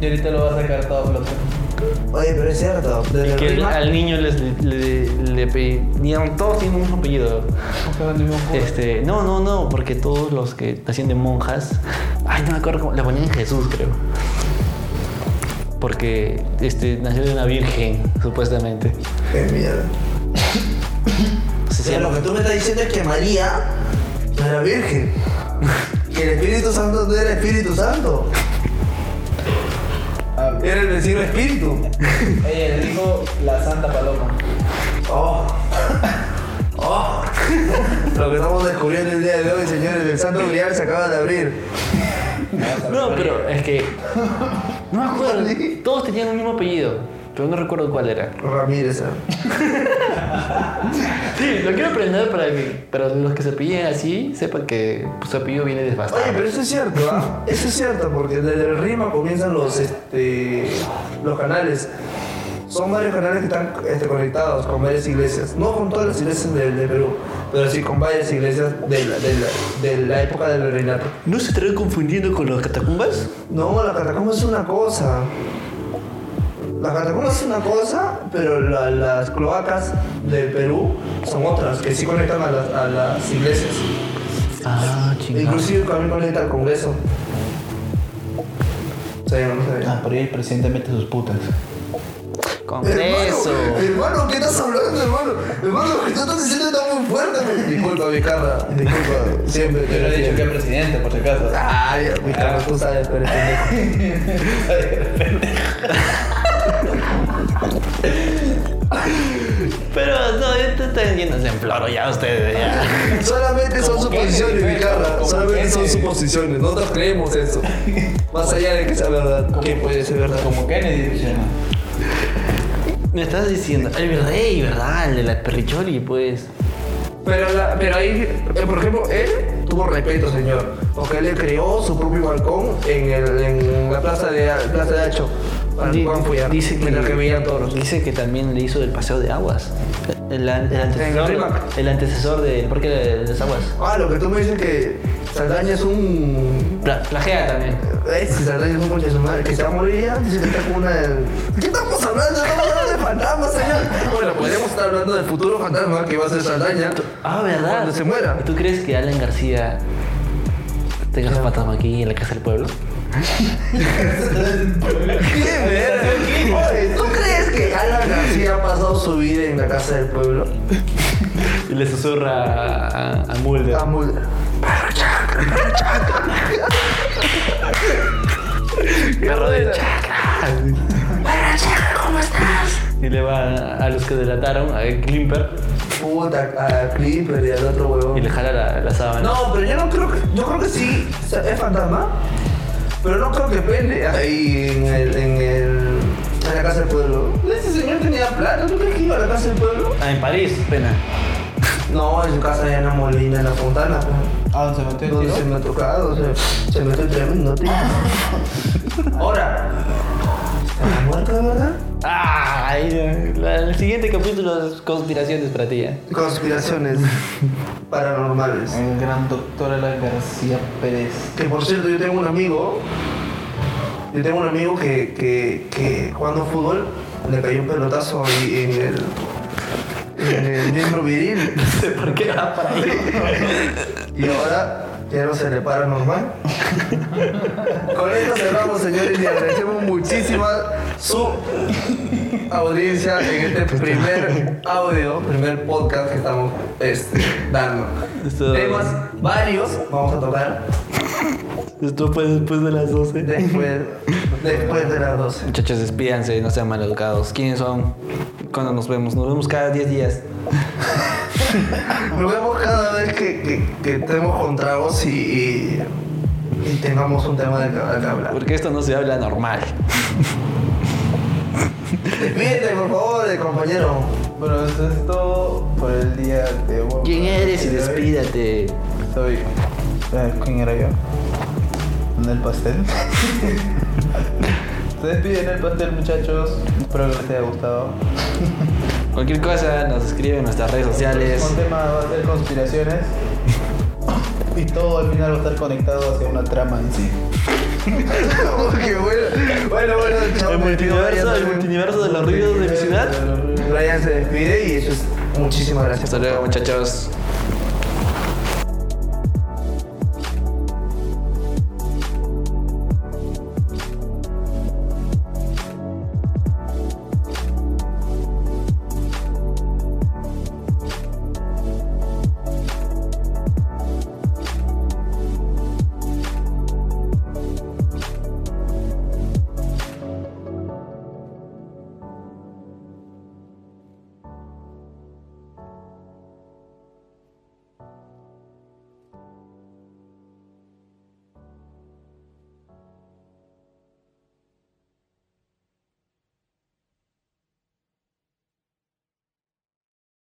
D: Y ahorita lo vas a sacar todo a flote.
B: Oye, pero es cierto. Desde
A: Que
B: el
A: el-
B: Rima-
A: al niño les, le, le pedían, todos tienen un mismo apellido.
D: Porque van del mismo cura.
A: Este, no, no, no, porque todos los que nacían de monjas, ay, no me acuerdo cómo, le ponían Jesús, creo. porque este, nació de una virgen, supuestamente.
I: Qué mierda.
A: Se
I: Pero lo
A: llama-
I: que tú me estás diciendo es que María no era virgen. Que el Espíritu Santo no era Espíritu Santo.
B: Era el vecino espíritu.
C: Oye, le dijo la Santa Paloma.
B: Oh. Oh. Lo que estamos descubriendo el día de hoy, señores, el santo grial se acaba de abrir.
A: No, pero es que. No me acuerdo. Todos tenían el mismo apellido, pero no recuerdo cuál era.
I: Ramírez. ¿eh?
A: Sí, lo quiero aprender para que para los que se apelliden así sepan que pues, su apellido viene de
B: Oye,
A: bastante.
B: pero eso es cierto, ¿ah? Eso es cierto, porque desde el Rima comienzan los, este, los canales. Son varios canales que están este, conectados con varias iglesias. No con todas las iglesias de, de Perú, pero sí con varias iglesias de la, de la- de la época del virreinato.
A: ¿No se estarán confundiendo con los catacumbas?
B: No, la catacumba es una cosa. La catacumba es una cosa, pero la- las cloacas del Perú son otras, que sí conectan a las, a las iglesias.
A: Ah, chingada.
B: Inclusive también conecta al Congreso. Sabía, no sabía.
C: Ah, por ahí el presidente mete sus putas.
A: Congreso.
B: Hermano, hermano, ¿qué estás hablando, hermano? Hermano, lo que tú estás diciendo está muy fuerte. mi- Disculpa, mi carra. Disculpa, siempre.
C: Yo le he dicho que es
B: siempre.
C: presidente, por si acaso.
B: Ay, mi carra, tú sabes, pero eres pendejo.
A: Pero no, ya te están yéndose en floro ya ustedes. Ya.
B: Solamente son
C: Como que,
B: suposiciones,
C: pero,
B: mi carra.
C: como
B: Solamente
C: que,
B: son
C: eh.
B: suposiciones. Nosotros creemos eso. Más allá de que sea verdad. ¿Qué puede ser verdad?
C: Como Kennedy, dice, ¿no?
A: Me estás diciendo, el virrey, ¿verdad? El de la perricholi, pues.
B: Pero, la- pero ahí, eh, por ejemplo, él tuvo respeto, señor. Porque él le creó su propio balcón en, el, en la plaza de, plaza de Hacho. Para que
A: Di-
B: puedan follar.
A: dice que,
B: mientras que veían toros.
A: Dice que también le hizo el paseo de aguas. El, an- el antecesor,
B: Rímac.
A: el antecesor del parque de las aguas.
B: Ah, lo que tú me dices que Saldaña es un.
A: Pla- Plagea también.
B: Ese Saldaña es un concha de su madre que se va a morir ya. Dice que está con una. de- ¿Qué estamos hablando? Estamos hablando de fantasmas, señor. Bueno, podríamos estar hablando del futuro fantasma que va a ser Saldaña.
A: Ah, ¿verdad?
B: Cuando se muera.
A: ¿Tú crees que Alan García tenga su fantasma aquí en la casa del pueblo?
B: ¿Qué verga? Oye, ¿Tú crees que Alan García ha pasado su vida en la casa del pueblo?
A: Y le susurra a, a, a Mulder.
B: Está muy.
A: Perro de chakra. Y le va a, a los que delataron, a Klimper,
B: Puta, a Clipper y al otro
A: y le
B: huevón.
A: jala la, la sábana.
B: No, pero yo no creo que. Yo creo que sí. o sea, es fantasma. Pero no creo que pende ahí en el. en el. en la casa del pueblo. Ese señor tenía plata, ¿tú crees que iba a la casa del pueblo?
A: Ah, en París, pena.
B: No, en su casa allá en la Molina, en la Fontana. pues.
C: Ah, donde se metió el
B: Donde
C: tiro.
B: se me ha tocado, se, se metió el tremendo tío. Ahora. ¿Está muerto de verdad?
A: Ay, Ah, eh. la- el siguiente capítulo es conspiraciones para ti. ¿eh?
B: Conspiraciones paranormales.
C: El gran doctor Alan García Pérez.
B: Que por cierto, yo tengo un amigo. Yo tengo un amigo que, que, que jugando fútbol le cayó un pelotazo ahí en el. en el miembro viril.
A: ¿Por qué va para ahí?
B: Y ahora ya no se le para normal. Con esto cerramos, señores, y agradecemos muchísimo su audiencia en este primer audio, primer podcast que estamos este, dando.
A: Esto-
B: Temas varios vamos a tocar
A: Esto fue después de las 12.
B: después, después de las 12.
A: Muchachos, despídanse, no sean maleducados. ¿Quiénes son? ¿Cuándo nos vemos? Nos vemos cada 10 días.
B: Nos vemos cada vez que, que, que estemos con tragos y, y, y tengamos un tema de que, de que hablar.
A: Porque esto no se habla normal.
B: Despídete, por favor, del compañero.
C: Bueno, eso es todo por el día de hoy.
A: ¿Quién eres? Y
C: De hoy.
A: despídate.
C: Soy. eh, ¿Quién era yo? ¿En el pastel? Se despiden el pastel, muchachos. Espero que les haya gustado.
A: Cualquier cosa nos escribe en nuestras redes
C: Un
A: sociales.
C: tema va a ser conspiraciones. Y todo al final va a estar conectado hacia una trama en sí.
B: Porque bueno, bueno, bueno, chao,
A: El
B: me despido,
A: multiverso, el
B: Brian, también.
A: multiverso de los ruidos de mi ciudad.
B: Brian se despide y eso es muchísimas gracias.
A: Hasta luego, muchachos.